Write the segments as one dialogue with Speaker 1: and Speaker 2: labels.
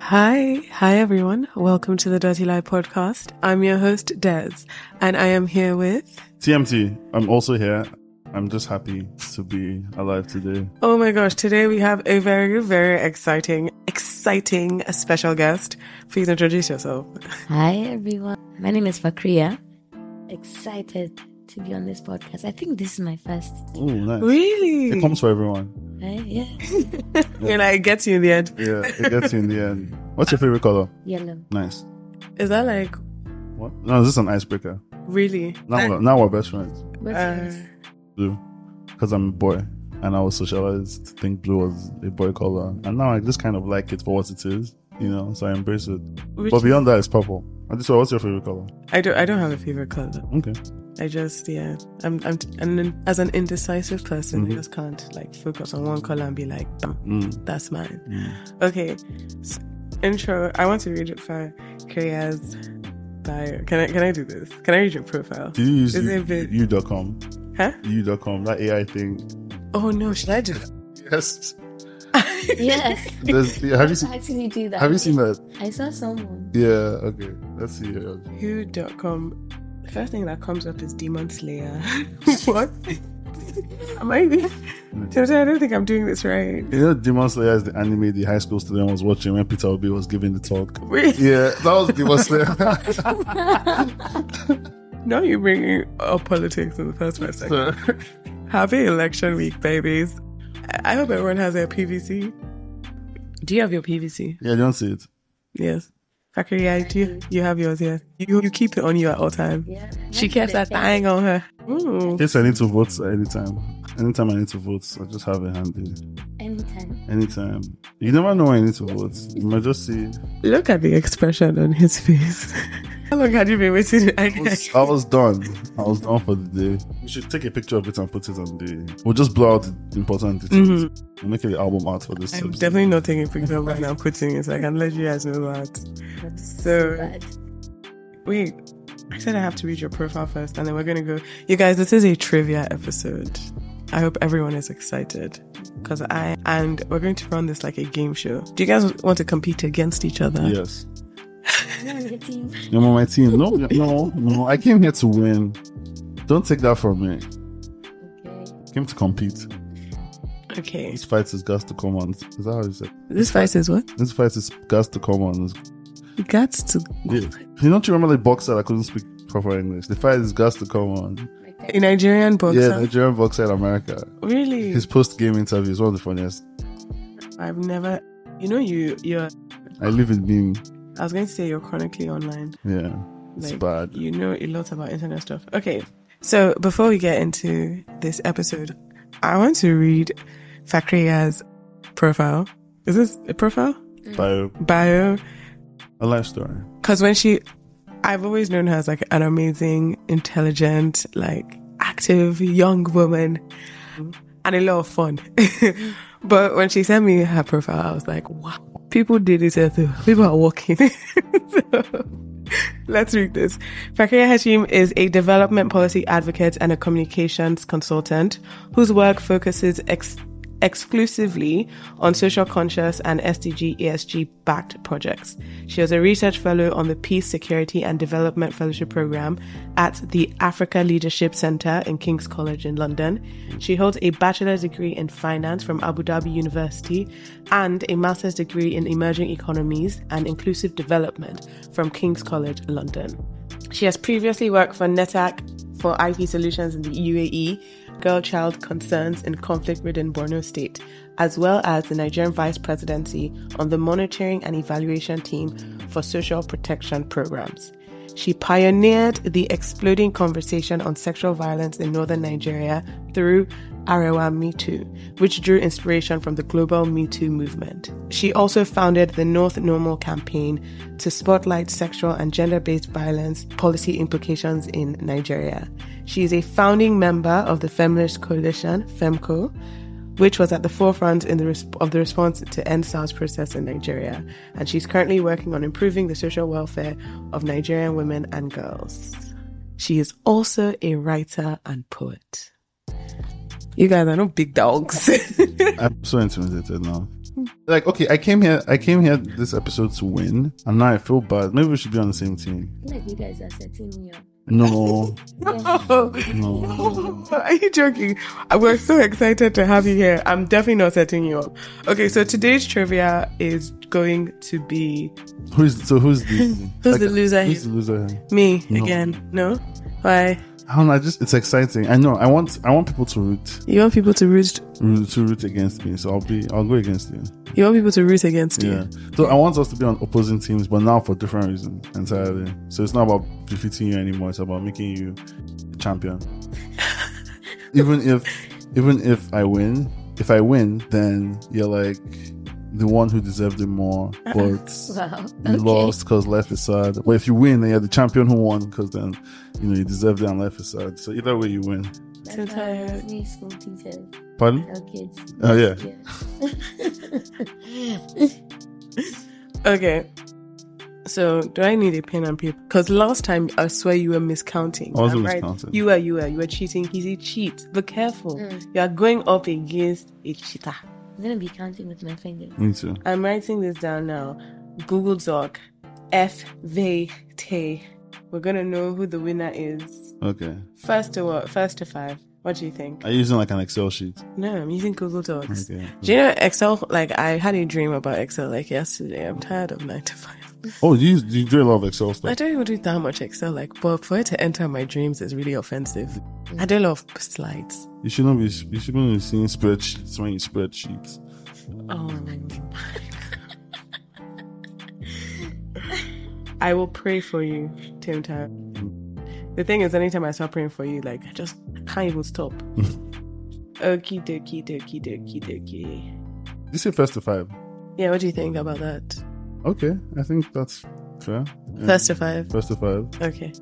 Speaker 1: Hi, hi everyone. Welcome to the Dirty Lie podcast. I'm your host, Des, and I am here with.
Speaker 2: TMT, I'm also here. I'm just happy to be alive today.
Speaker 1: Oh my gosh, today we have a very, very exciting, exciting special guest. Please introduce yourself.
Speaker 3: Hi everyone. My name is Fakria. Excited to be on this podcast. I think this is my first.
Speaker 2: Oh, nice.
Speaker 1: Really?
Speaker 2: It comes for everyone.
Speaker 3: Right? Yeah.
Speaker 1: You're like, it gets you in the end.
Speaker 2: Yeah, it gets you in the end. What's your favorite color?
Speaker 3: Yellow.
Speaker 2: Nice.
Speaker 1: Is that like
Speaker 2: What? No, this is an icebreaker.
Speaker 1: really?
Speaker 2: Now, we're, now we're best friends.
Speaker 3: What's
Speaker 1: Uh,
Speaker 3: yours?
Speaker 2: Blue. Because I'm a boy and I was socialized to think blue was a boy color. And now I just kind of like it for what it is, you know, so I embrace it.
Speaker 1: Which,
Speaker 2: But beyond that, it's purple. And this one, what's your favorite color?
Speaker 1: I don't. I don't have a favorite color.
Speaker 2: Okay.
Speaker 1: I just yeah. I'm. I'm. And as an indecisive person, I
Speaker 2: Mhm.
Speaker 1: just can't like focus on one color and be like, "Damn,
Speaker 2: Mm.
Speaker 1: that's mine.
Speaker 2: Mm.
Speaker 1: Okay. s- intro. I want to read it for Kriya's bio. Can I can I do this? Can I read your profile?
Speaker 2: Do you use
Speaker 1: Is
Speaker 2: u-
Speaker 1: it big?
Speaker 2: u.com?
Speaker 1: Huh?
Speaker 2: u.com, that AI thing.
Speaker 1: Oh no, should I do that?
Speaker 2: Yes. There's,
Speaker 3: Yes.
Speaker 2: have you seen?
Speaker 3: How can you do that?
Speaker 2: Have you seen that?
Speaker 3: I saw someone.
Speaker 2: Yeah, okay. Let's see. uh, here.
Speaker 1: Who.com. The first thing that comes up is Demon Slayer. what? Am I being-
Speaker 2: Mm.
Speaker 1: Timothy, I don't think I'm doing this right.
Speaker 2: You know, Demon Slayer is the anime the high school student was watching when Peter Obi was giving the talk.
Speaker 1: Wait,
Speaker 2: Yeah, that was Demon Slayer.
Speaker 1: now you're bringing up politics in the first five seconds.
Speaker 2: So,
Speaker 1: Happy election week, babies. I- I hope everyone has their PVC. Do you have your PVC?
Speaker 2: yeah, you don't see it.
Speaker 1: Yes. Fakiri, I do. You have yours, yes. You, you keep it on you at all time.
Speaker 3: Yeah.
Speaker 1: She kept that thing on her. Mm.
Speaker 2: In case I need to vote anytime. Anytime I need to vote, I just have it handy.
Speaker 3: Anytime.
Speaker 2: Anytime. You never know when I need to vote. You might just see.
Speaker 1: Look at the expression on his face. How long had you been waiting?
Speaker 2: I
Speaker 1: I-
Speaker 2: was, I was done. I was done for the day. You should take a picture of it and put it on the. We'll just blow out the important details.
Speaker 1: Mhm.
Speaker 2: We'll make an album art for this.
Speaker 1: I'm
Speaker 2: episode.
Speaker 1: definitely not taking a picture of what I'm putting it. so I can let you guys know that. So,
Speaker 3: Bad.
Speaker 1: wait. I said I have to read your profile first, and then we're going to go. You guys, this is a trivia episode. I hope everyone is excited because I and we're going to run this like a game show. Do you guys want to compete against each other?
Speaker 2: Yes.
Speaker 3: You're on the team.
Speaker 2: You're on my team. No, no, no. I came here to win. Don't take that from me.
Speaker 3: Okay.
Speaker 2: Came to compete.
Speaker 1: Okay.
Speaker 2: This fight is gas to come on. Is that how you said?
Speaker 1: This fight is what?
Speaker 2: This fight is gas to come on.
Speaker 1: Guts to.
Speaker 2: Yeah. You don't you remember the boxer that couldn't speak proper English? The fight is gas to come on.
Speaker 1: A Nigerian boxer.
Speaker 2: Yeah, Nigerian boxer in America.
Speaker 1: really?
Speaker 2: His post game interview is one of the funniest.
Speaker 1: I've never. You know, you you're.
Speaker 2: I live in meme.
Speaker 1: I was going to say you're chronically online.
Speaker 2: Yeah. It's
Speaker 1: Like,
Speaker 2: bad.
Speaker 1: You know a lot about internet stuff. Okay, so before we get into this episode, I want to read Fakriya's profile. Is this a profile
Speaker 2: Bio.
Speaker 1: bio?
Speaker 2: A life story.
Speaker 1: Because when she, I've always known her as like an amazing, intelligent, like active young woman and a lot of fun. but when she sent me her profile, I was like, wow, people did this as well. People are walking. so, let's read this. Fakria Hashim is a development policy advocate and a communications consultant whose work focuses ex- exclusively on social conscious and SDG ESG E backed projects. She was a research fellow on the Peace, Security and Development Fellowship Program at the Africa Leadership Center in King's College in London. She holds a bachelor's degree in finance from Abu Dhabi University and a master's degree in emerging economies and inclusive development from King's College London. She has previously worked for E NETAC for IT solutions in the UAE, girl child concerns in conflict ridden Borno State, as well as the Nigerian Vice Presidency on the Monitoring and Evaluation Team for Social Protection Programs. She pioneered the exploding conversation on sexual violence in northern Nigeria through Arewa Me Too, which drew inspiration from the global Me Too movement. She also founded the North Normal campaign to spotlight sexual and gender based violence policy implications in Nigeria. She is a founding member of the Feminist Coalition, FEMCO, which was at the forefront in the resp- of the response to end SARS process in Nigeria. And she's currently working on improving the social welfare of Nigerian women and girls. She is also a writer and poet. You guys are no big dogs.
Speaker 2: I'm so intimidated now. Like, okay, I came here. I came here this episode to win, and now I feel bad. Maybe we should be on the same team.
Speaker 3: Like you guys are setting me up.
Speaker 2: No,
Speaker 1: No.
Speaker 2: no.
Speaker 1: Are you joking? I was so excited to have you here. I'm definitely not setting you up. Okay, so today's trivia is going to be
Speaker 2: Who's so? Who's the uh,
Speaker 1: Who's the loser
Speaker 2: Who's the
Speaker 1: here?
Speaker 2: loser? here?
Speaker 1: me
Speaker 2: No.
Speaker 1: again. No? Why?
Speaker 2: I don't know. I just it's exciting. I know. I want. I want people to root,
Speaker 1: You want people to root
Speaker 2: root to root against me. So I'll be. I'll go against you.
Speaker 1: you want people to root against
Speaker 2: Yeah.
Speaker 1: you.
Speaker 2: So I want us to be on opposing teams, but now for different reasons entirely. So it's not about defeating you anymore. It's about making you a champion. even if, even if I win, if I win, then you're like the one who deserved it more,
Speaker 1: Uh-uh.
Speaker 2: but
Speaker 3: Wow.
Speaker 2: you lost because life is sad. But if you win, then you're the champion who won because then you know you deserved it and life is sad. So either way, you win.
Speaker 1: So
Speaker 3: That's why
Speaker 1: tired.
Speaker 3: I was me school teachers.
Speaker 2: Pardon?
Speaker 3: Our kids.
Speaker 2: Oh yeah.
Speaker 3: Yeah.
Speaker 1: Okay. So do I need a pen and paper? Because last time I swear you were miscounting.
Speaker 2: I wasn't
Speaker 1: I'm right.
Speaker 2: miscounting.
Speaker 1: You were, you were, you were cheating. He's a cheat. Be careful.
Speaker 3: Mm.
Speaker 1: You are going up against a cheater.
Speaker 3: I'm gonna be counting with my finger.
Speaker 2: Me too.
Speaker 1: I'm writing this down now. Google Doc. F V T. We're gonna know who the winner is.
Speaker 2: Okay.
Speaker 1: First to what? First to five. What do you think?
Speaker 2: Are you using like an Excel sheet?
Speaker 1: No, I'm using Google Docs.
Speaker 2: Okay.
Speaker 1: Do you know Excel? Like I had a dream about Excel like yesterday. I'm tired of nine to five.
Speaker 2: Oh, you use- you do a lot of Excel
Speaker 1: I
Speaker 2: stuff.
Speaker 1: don't even do that much Excel. Like, but for it to enter my dreams is really offensive. I do a lot of slides.
Speaker 2: You shouldn't be you shouldn't be seeing spreadsheets when you spreadsheets.
Speaker 1: Oh. I will pray for you, Tim Tam. The thing is, anytime I start praying for you, like I just can't even stop. Okie dokie dokie dokie dokie.
Speaker 2: You say first to five.
Speaker 1: Yeah, what do you think about that?
Speaker 2: Okay, I think that's fair. Yeah.
Speaker 1: First to five.
Speaker 2: First to five.
Speaker 1: Okay.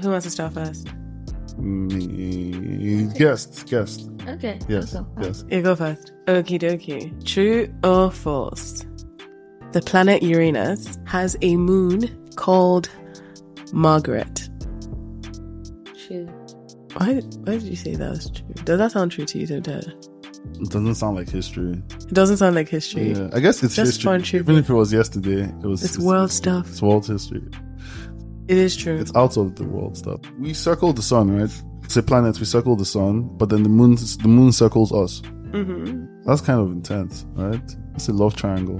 Speaker 1: Who wants to start first?
Speaker 2: Me- Guest, guest.
Speaker 3: Okay.
Speaker 2: Yes,
Speaker 3: also.
Speaker 2: yes.
Speaker 1: You go first. Okie dokie. True or false? The planet Uranus has a moon called Margaret.
Speaker 3: True.
Speaker 1: Why, why did you say that was true? Does that sound true to you, Tinta?
Speaker 2: It doesn't sound like history.
Speaker 1: It doesn't sound like history.
Speaker 2: Yeah, I guess it's
Speaker 1: Just
Speaker 2: history.
Speaker 1: fun trivia.
Speaker 2: Even if it was yesterday, it was
Speaker 1: It's world stuff.
Speaker 2: It's world history.
Speaker 1: It is true.
Speaker 2: It's out of the world stuff. We circle the sun, right? It's a planet. We circle the sun, but then the moon the moon circles us.
Speaker 1: hmm
Speaker 2: That's kind of intense, right? It's a love triangle.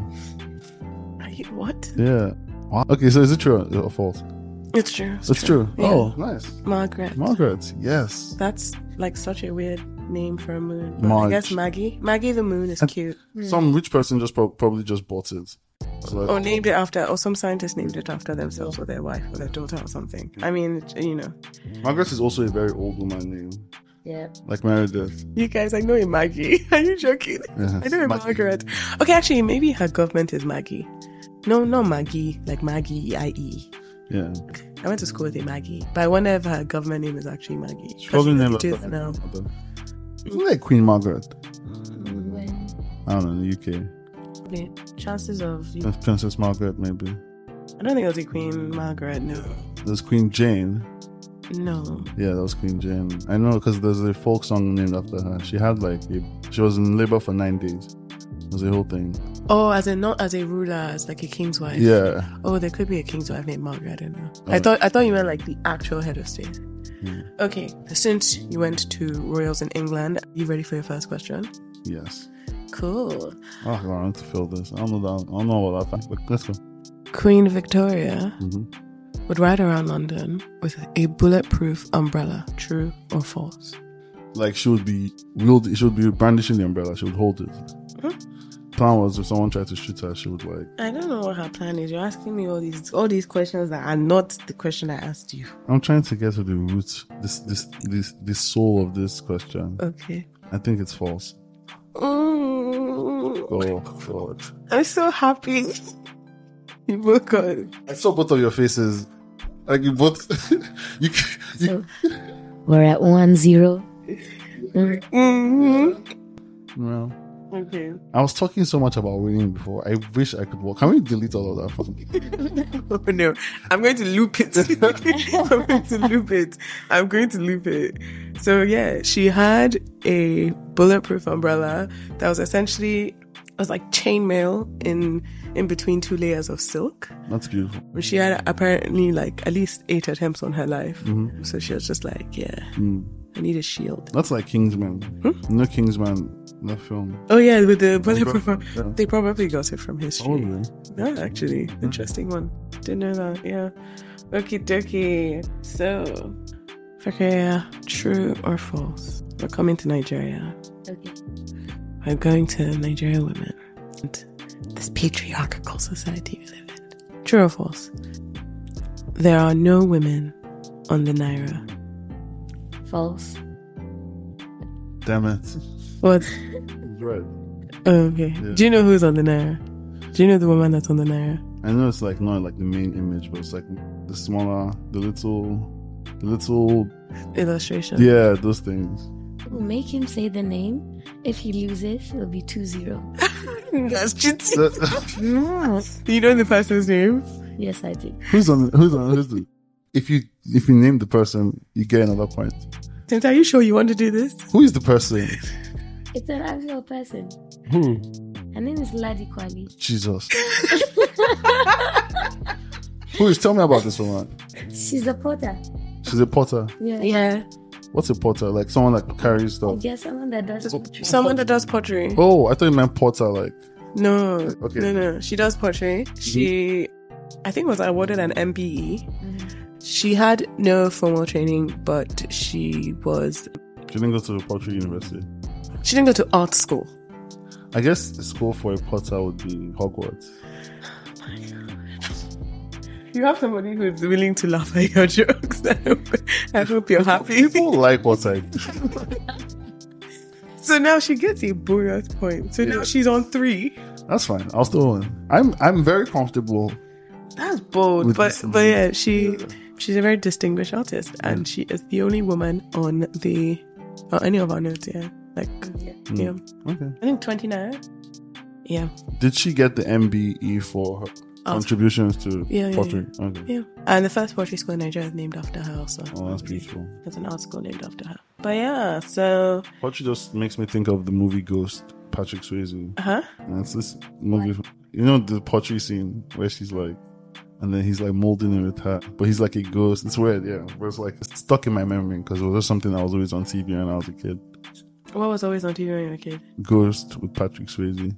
Speaker 1: Are you, what?
Speaker 2: Yeah. Wow. Okay, so is it true or false?
Speaker 1: It's true.
Speaker 2: It's true.
Speaker 1: Yeah.
Speaker 2: Oh, nice.
Speaker 1: Margaret.
Speaker 2: Margaret, yes.
Speaker 1: That's like such a weird name for a moon. But I
Speaker 2: Marge.
Speaker 1: guess Maggie. Maggie the moon is
Speaker 2: And-
Speaker 1: cute.
Speaker 2: Some rich person just prob- probably just bought it. It's like-
Speaker 1: Or named it after, or some scientist named it after themselves or their wife or their daughter or something. I mean, you know.
Speaker 2: Margaret is also a very old woman name,
Speaker 3: Yeah.
Speaker 2: like Meredith.
Speaker 1: You guys, I know a Maggie. Are you joking?
Speaker 2: Yeah.
Speaker 1: I know a
Speaker 2: Maggie.
Speaker 1: Margaret. Okay, actually, maybe her government is Maggie. No, not Maggie, like Maggie I E.
Speaker 2: Yeah,
Speaker 1: I went to school with a Maggie, but I wonder if her government name is actually Maggie.
Speaker 2: She's probably named
Speaker 1: do
Speaker 2: after
Speaker 1: that now.
Speaker 2: her mother. Isn't that Queen Margaret?
Speaker 3: When
Speaker 2: I don't know, in the UK.
Speaker 1: Okay, Chances of you,
Speaker 2: That's Princess Margaret, maybe.
Speaker 1: I don't think it was a Queen Margaret. No,
Speaker 2: There's Queen Jane.
Speaker 1: no.
Speaker 2: Yeah, that was Queen Jane. I know because there's a folk song named after her. She had like a, she was in labor for nine days. It was a whole thing.
Speaker 1: Oh, as a not as a ruler, as like a king's wife.
Speaker 2: Yeah.
Speaker 1: Oh, there could be a king's wife named Margaret. I don't know.
Speaker 2: Oh.
Speaker 1: I thought I thought you meant like the actual head of state.
Speaker 2: Hmm.
Speaker 1: Okay, since you went to royals in England, are you ready for your first question?
Speaker 2: Yes.
Speaker 1: Cool.
Speaker 2: Oh, God, I need to fill this. I don't know that. I don't know about that fact, but let's go.
Speaker 1: Queen Victoria
Speaker 2: hmm
Speaker 1: would ride around London with a bulletproof umbrella. True or false?
Speaker 2: Like she would be wielding, she would be brandishing the umbrella. She would hold it. Plan was if someone tried to shoot her, she would like.
Speaker 1: I don't know what her plan is. You're asking me all these all these questions that are not the question I asked you.
Speaker 2: I'm trying to get to the root, this, this, this, the soul of this question.
Speaker 1: Okay.
Speaker 2: I think it's false.
Speaker 1: Mm.
Speaker 2: Oh God.
Speaker 1: I'm so happy. you woke up.
Speaker 2: I saw both of your faces. Like you both, you, you
Speaker 3: we're at one zero.
Speaker 1: Mhm.
Speaker 2: well,
Speaker 1: Okay.
Speaker 2: I was talking so much about winning before. I wish I could walk. Can we delete all of that? From
Speaker 1: Oh no. I'm going to loop it. I'm going to loop it. I'm going to loop it. So yeah, she had a bulletproof umbrella that was essentially it was like chainmail in in between two layers of silk.
Speaker 2: That's beautiful.
Speaker 1: But she had apparently like at least eight attempts on her life. So she was just like, yeah,
Speaker 2: Mm.
Speaker 1: I need a shield.
Speaker 2: That's like Kingsman. No Kingsman, that film.
Speaker 1: Oh yeah, with the bulletproof. um,
Speaker 2: Probably. Yeah.
Speaker 1: They probably got it from history.
Speaker 2: Probably.
Speaker 1: Yeah, actually, interesting one. Didn't know that. Yeah. Okie dokie. So, Fakaya, true or false? We're coming to Nigeria.
Speaker 3: Okay.
Speaker 1: I'm going to Nigerian women. And this patriarchal society we live in. True or false? There are no women on the Naira.
Speaker 3: False.
Speaker 2: Damn it.
Speaker 1: What?
Speaker 2: It's red.
Speaker 1: Oh, okay.
Speaker 2: Yeah.
Speaker 1: Do you know who's on the Naira? Do you know the woman that's on the Naira?
Speaker 2: I know it's like not like the main image, but it's like the smaller, the little, the little,
Speaker 1: Illustration.
Speaker 2: yeah, those things.
Speaker 3: We'll make him say the name. If he loses, it'll be 2 0.
Speaker 1: That's cheating.
Speaker 2: That-
Speaker 1: You know the person's name?
Speaker 3: Yes, I did.
Speaker 2: who's on? Who's on? Who's the, if you if you name the person, you get another point.
Speaker 1: Tim, are you sure you want to do this?
Speaker 2: Who is the person?
Speaker 3: It's an actual person.
Speaker 2: Who?
Speaker 3: Her name is Ladi Kwali.
Speaker 2: Jesus. Who is? Tell me about this woman.
Speaker 3: She's a potter.
Speaker 2: She's a potter.
Speaker 3: Yeah.
Speaker 1: Yeah.
Speaker 2: What's a potter? Like someone that carries stuff.
Speaker 3: Yeah, someone that does poetry.
Speaker 1: Someone that does pottery.
Speaker 2: Oh, I thought you meant potter. Like
Speaker 1: No.
Speaker 2: Okay. Mm-hmm.
Speaker 1: No, no. She does pottery. She, I think, was awarded an MBE. She had no formal training, but she was.
Speaker 2: she didn't go to the pottery university.
Speaker 1: She didn't go to art school.
Speaker 2: I guess the school for a potter would be Hogwarts.
Speaker 1: You have somebody who's willing to laugh at your jokes. I hope, I hope you're happy.
Speaker 2: People like what I do.
Speaker 1: So now she gets a bonus point. So now she's on three.
Speaker 2: That's fine. I'll still win. I'm I'm very comfortable.
Speaker 1: That's bold,
Speaker 2: With
Speaker 1: but
Speaker 2: this
Speaker 1: but
Speaker 2: one.
Speaker 1: yeah, she she's a very distinguished artist, and she is the only woman on the on any of our notes. Yeah, like
Speaker 2: Mm.
Speaker 1: yeah,
Speaker 2: Okay.
Speaker 1: I think twenty nine. Yeah,
Speaker 2: Did she get the MBE for her
Speaker 1: Oh.
Speaker 2: contributions to
Speaker 1: Yeah, yeah,
Speaker 2: pottery? Okay.
Speaker 1: yeah, and the first pottery school in Nigeria is named after her. Also,
Speaker 2: Oh, that's beautiful.
Speaker 1: there's an art school named after her. But yeah, so
Speaker 2: Pottery just makes me think of the movie Ghost, Patrick Swayze.
Speaker 1: huh?
Speaker 2: And it's this movie, you know, the pottery scene where she's like, and then he's like molding it with her, but he's like a ghost. It's weird, yeah. But it's like it's stuck in my memory because it was just something that was always on TV when I was a kid.
Speaker 1: What was always on TV when you were a kid?
Speaker 2: Ghost with Patrick Swayze.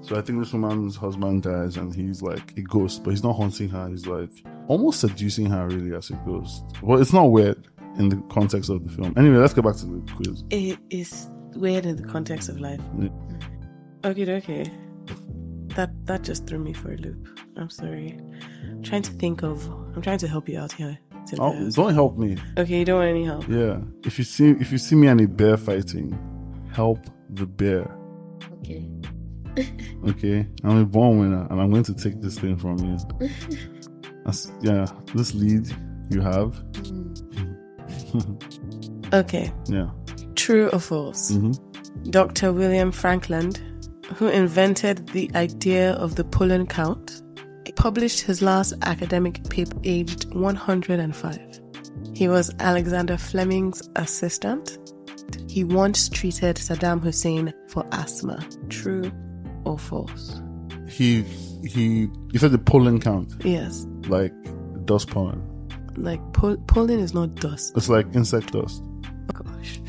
Speaker 2: So I think this woman's husband dies and he's like a ghost, but he's not haunting her. He's like almost seducing her really as a ghost. Well, it's not weird in the context of the film. Anyway, let's go back to the quiz.
Speaker 1: It is weird in the context of life.
Speaker 2: Yeah.
Speaker 1: Okay, okay. That that just threw me for a loop. I'm sorry. I'm trying to think of. I'm trying to help you out here.
Speaker 2: Oh,
Speaker 1: Cynthia.
Speaker 2: don't help me.
Speaker 1: Okay, you don't want any help.
Speaker 2: Yeah. If you see if you see me and a bear fighting, help the bear.
Speaker 3: Okay.
Speaker 2: Okay? I'm a born winner and I'm going to take this thing from you. That's, yeah, this lead you have.
Speaker 1: Okay,
Speaker 2: Yeah.
Speaker 1: true or false?
Speaker 2: Mhm.
Speaker 1: Dr. William Franklin, who invented the idea of the Pullen count, published his last academic paper aged 105. He was Alexander Fleming's assistant. He once treated Saddam Hussein for asthma. True or false?
Speaker 2: He he you said the pollen count.
Speaker 1: Yes.
Speaker 2: like dust pollen.
Speaker 1: Like, pol- pollen is not dust.
Speaker 2: It's like insect dust.
Speaker 1: Oh Gosh.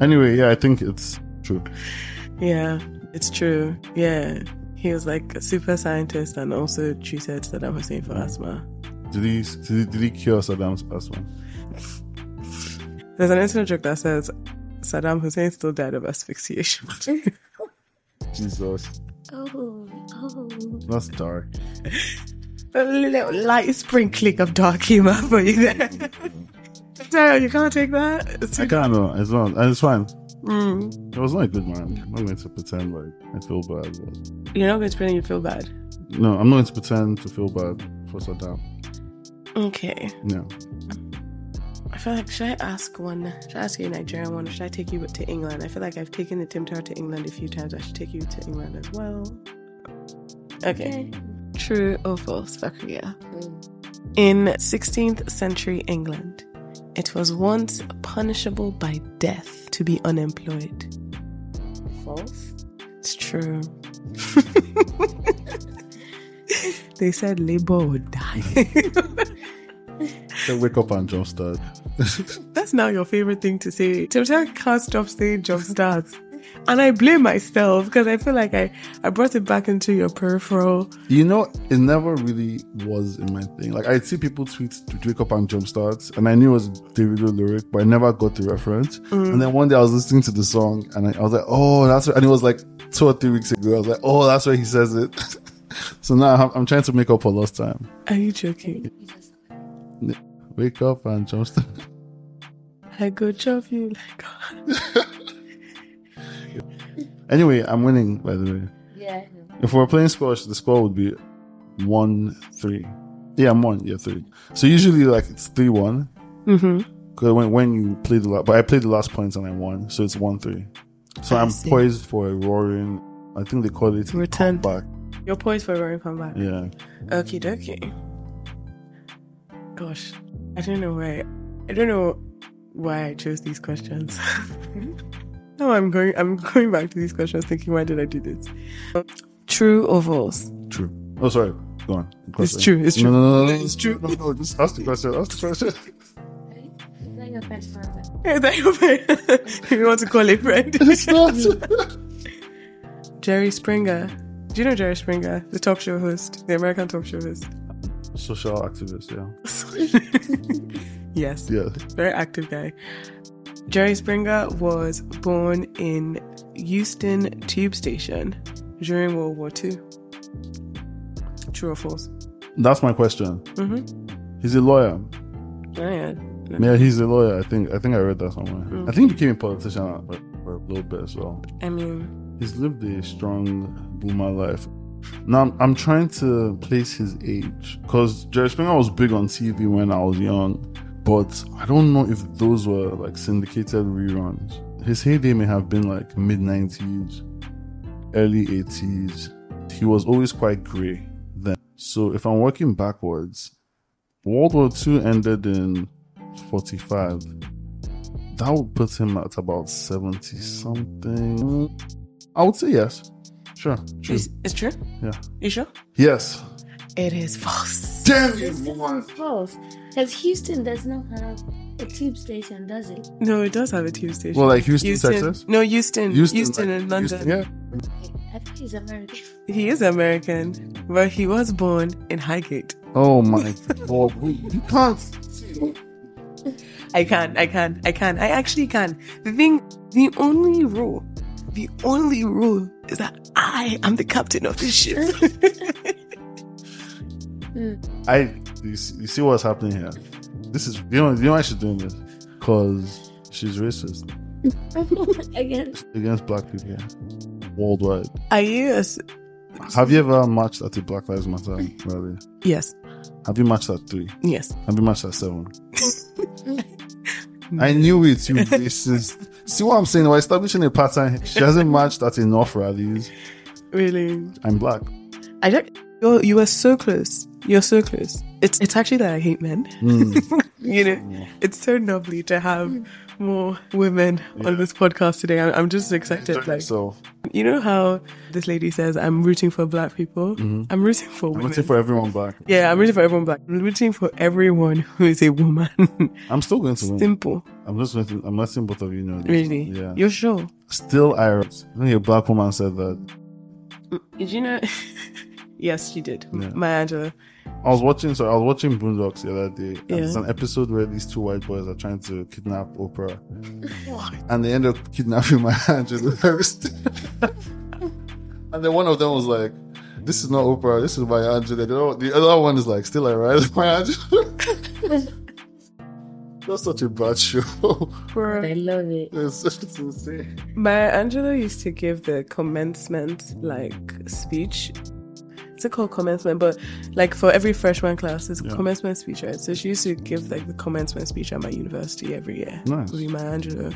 Speaker 2: Anyway, yeah, I think it's true.
Speaker 1: Yeah, it's true. Yeah. He was like a super scientist and also treated Saddam Hussein for asthma.
Speaker 2: Did he did he, did he cure Saddam's asthma?
Speaker 1: There's an internet joke that says Saddam Hussein still died of asphyxiation.
Speaker 2: Jesus,
Speaker 3: Oh, oh.
Speaker 2: that's dark.
Speaker 1: a little light sprinkling of dark humor for you there. Daryl, you can't take that. It's
Speaker 2: I
Speaker 1: too-
Speaker 2: can't know. It's not. and It's fine.
Speaker 1: Mm.
Speaker 2: It was not a good man. I'm not going to pretend like I feel bad. but-
Speaker 1: You're not going to pretend you feel bad.
Speaker 2: No, I'm not going to pretend to feel bad for Saddam.
Speaker 1: Okay.
Speaker 2: No,
Speaker 1: I feel like, should I ask one? Should I ask you a Nigerian one or should I take you to England? I feel like I've taken the Tim Tower to England a few times. I should take you to England as well. Okay.
Speaker 3: Okay.
Speaker 1: True or false, Fakria? In 16th century England, it was once punishable by death to be unemployed.
Speaker 3: False.
Speaker 1: It's true. they said labor would die.
Speaker 2: Say wake up and jumpstart.
Speaker 1: That's now your favorite thing to say. Sometimes I can't stop saying job starts. And I blame myself because I feel like I, I brought it back into your peripheral.
Speaker 2: You know, it never really was in my thing. Like I see people tweet to wake up and jumpstart, and I knew it was Davido lyric, but I never got the reference. And then one day I was listening to the song, and I, I was like, oh, that's what, and it was like two or three weeks ago. I was like, oh, that's where he says it. so now I'm, I'm trying to make up for lost time.
Speaker 1: Are you joking?
Speaker 3: You just-
Speaker 2: Wake up and jumpstart.
Speaker 1: I go job you like
Speaker 2: anyway, I'm winning by the way.
Speaker 3: Yeah. I know.
Speaker 2: If we're playing squash, the score would be one three. Yeah, I'm one. Yeah, three. So usually like it's three one.
Speaker 1: Mm-hmm.
Speaker 2: Because when, when you play the last, but I played the last points and I won, so it's one three. So
Speaker 1: I
Speaker 2: I'm
Speaker 1: see.
Speaker 2: poised for a roaring. I think they call it
Speaker 1: Return.
Speaker 2: back.
Speaker 1: You're poised for a roaring comeback.
Speaker 2: Yeah,
Speaker 1: Okie dokie. Gosh, I don't know why. I don't know why I chose these questions. no, I'm going. I'm going back to these questions, thinking, why did I do this? True or false?
Speaker 2: true. Oh, sorry. Go on. Question.
Speaker 1: It's true, it's
Speaker 2: No,
Speaker 1: true.
Speaker 2: no, no, no, no.
Speaker 1: It's true.
Speaker 2: No, no. Just ask the question. Ask the question.
Speaker 3: Really? Is that your first one?
Speaker 1: Is that your friend? if you want to call it friend.
Speaker 2: it's not.
Speaker 1: Jerry Springer. Do you know Jerry Springer, the talk show host, the American talk show host?
Speaker 2: Social activist. Yeah.
Speaker 1: yes,
Speaker 2: Yeah.
Speaker 1: very active guy. Jerry Springer was born in Houston Tube Station during World War II. True or false?
Speaker 2: That's my question.
Speaker 1: Mm-hmm.
Speaker 2: He's a lawyer.
Speaker 1: Oh, yeah.
Speaker 2: Yeah, he's a lawyer. I think. I think I read that somewhere. I think he became a politician uh, for for a little bit as well.
Speaker 1: I mean,
Speaker 2: He's lived a strong boomer life. Now I'm, I'm trying to place his age because Jerry Springer was big on TV when I was young, but I don't know if those were like syndicated reruns. His heyday may have been like mid 90s, early 80s. He was always quite gray then. So if I'm working backwards, World War II ended in 45. That would put him at about 70 something. I would say yes. Sure. True.
Speaker 1: it's, it's true.
Speaker 2: Yeah.
Speaker 1: You sure?
Speaker 2: Yes.
Speaker 1: It is false.
Speaker 2: Damn you,
Speaker 3: This
Speaker 2: woman.
Speaker 3: is false. Because Houston does not have a tube station, does it?
Speaker 1: No, it does have a tube station.
Speaker 2: Well, like Houston, Texas.
Speaker 1: No, Houston. Houston,
Speaker 2: like,
Speaker 1: in London.
Speaker 2: Houston, yeah.
Speaker 3: I think he's American.
Speaker 1: He is American, but he was born in Highgate.
Speaker 2: Oh my god. we- You can't. see.
Speaker 1: I can, I can, I can. I actually can. The thing, the only rule, the only rule is that I am the captain of this ship.
Speaker 2: I. You see, you see what's happening here? This is. You know. You know why she's doing this? Cause she's racist
Speaker 3: Again.
Speaker 2: against black people worldwide.
Speaker 1: Are you? A, s-
Speaker 2: Have you ever marched at a Black Lives Matter rally?
Speaker 1: yes,
Speaker 2: Have you marched at three?
Speaker 1: yes.
Speaker 2: Have you marched at seven? I knew it, you racist. See what I'm saying? We're establishing a pattern. She hasn't marched at enough rallies.
Speaker 1: Really?
Speaker 2: I'm black.
Speaker 1: I don't. You're, you are so close. You're so close. It's it's actually that I hate men. you know, it's so lovely to have more women on this podcast today. I'm, I'm just excited. Like,
Speaker 2: so
Speaker 1: you know how this lady says, "I'm rooting for black people. I'm rooting for
Speaker 2: Mm-hmm. I'm
Speaker 1: women."
Speaker 2: rooting for everyone black.
Speaker 1: Yeah, I'm rooting for everyone black. I'm rooting for everyone who is a woman.
Speaker 2: I'm still going to win.
Speaker 1: Simple,
Speaker 2: I'm just going to. I'm letting both of you know. This.
Speaker 1: really.
Speaker 2: Yeah.
Speaker 1: You're sure?
Speaker 2: still Irish. I think a black woman said that.
Speaker 1: Did you know? yes, she did.
Speaker 2: Yeah.
Speaker 1: My Angela.
Speaker 2: I was watching. So I was watching Boondocks the other day. And
Speaker 1: Yeah.
Speaker 2: It's an episode where these two white boys are trying to kidnap Oprah,
Speaker 1: What?
Speaker 2: and they end up kidnapping my Angela first. and then one of them was like. This is not Oprah. This is my Angela. The other- the other one is like, still Irish. My Angela. That's such a bad show.
Speaker 3: I love it.
Speaker 2: it's, it's insane.
Speaker 1: Maya Angelou used to give the commencement like speech. It's a called commencement, but like for every freshman class, it's a
Speaker 2: Yeah.
Speaker 1: commencement speech, right? So she used to give like the commencement speech at my university every year.
Speaker 2: Nice.
Speaker 1: With Maya Angelou.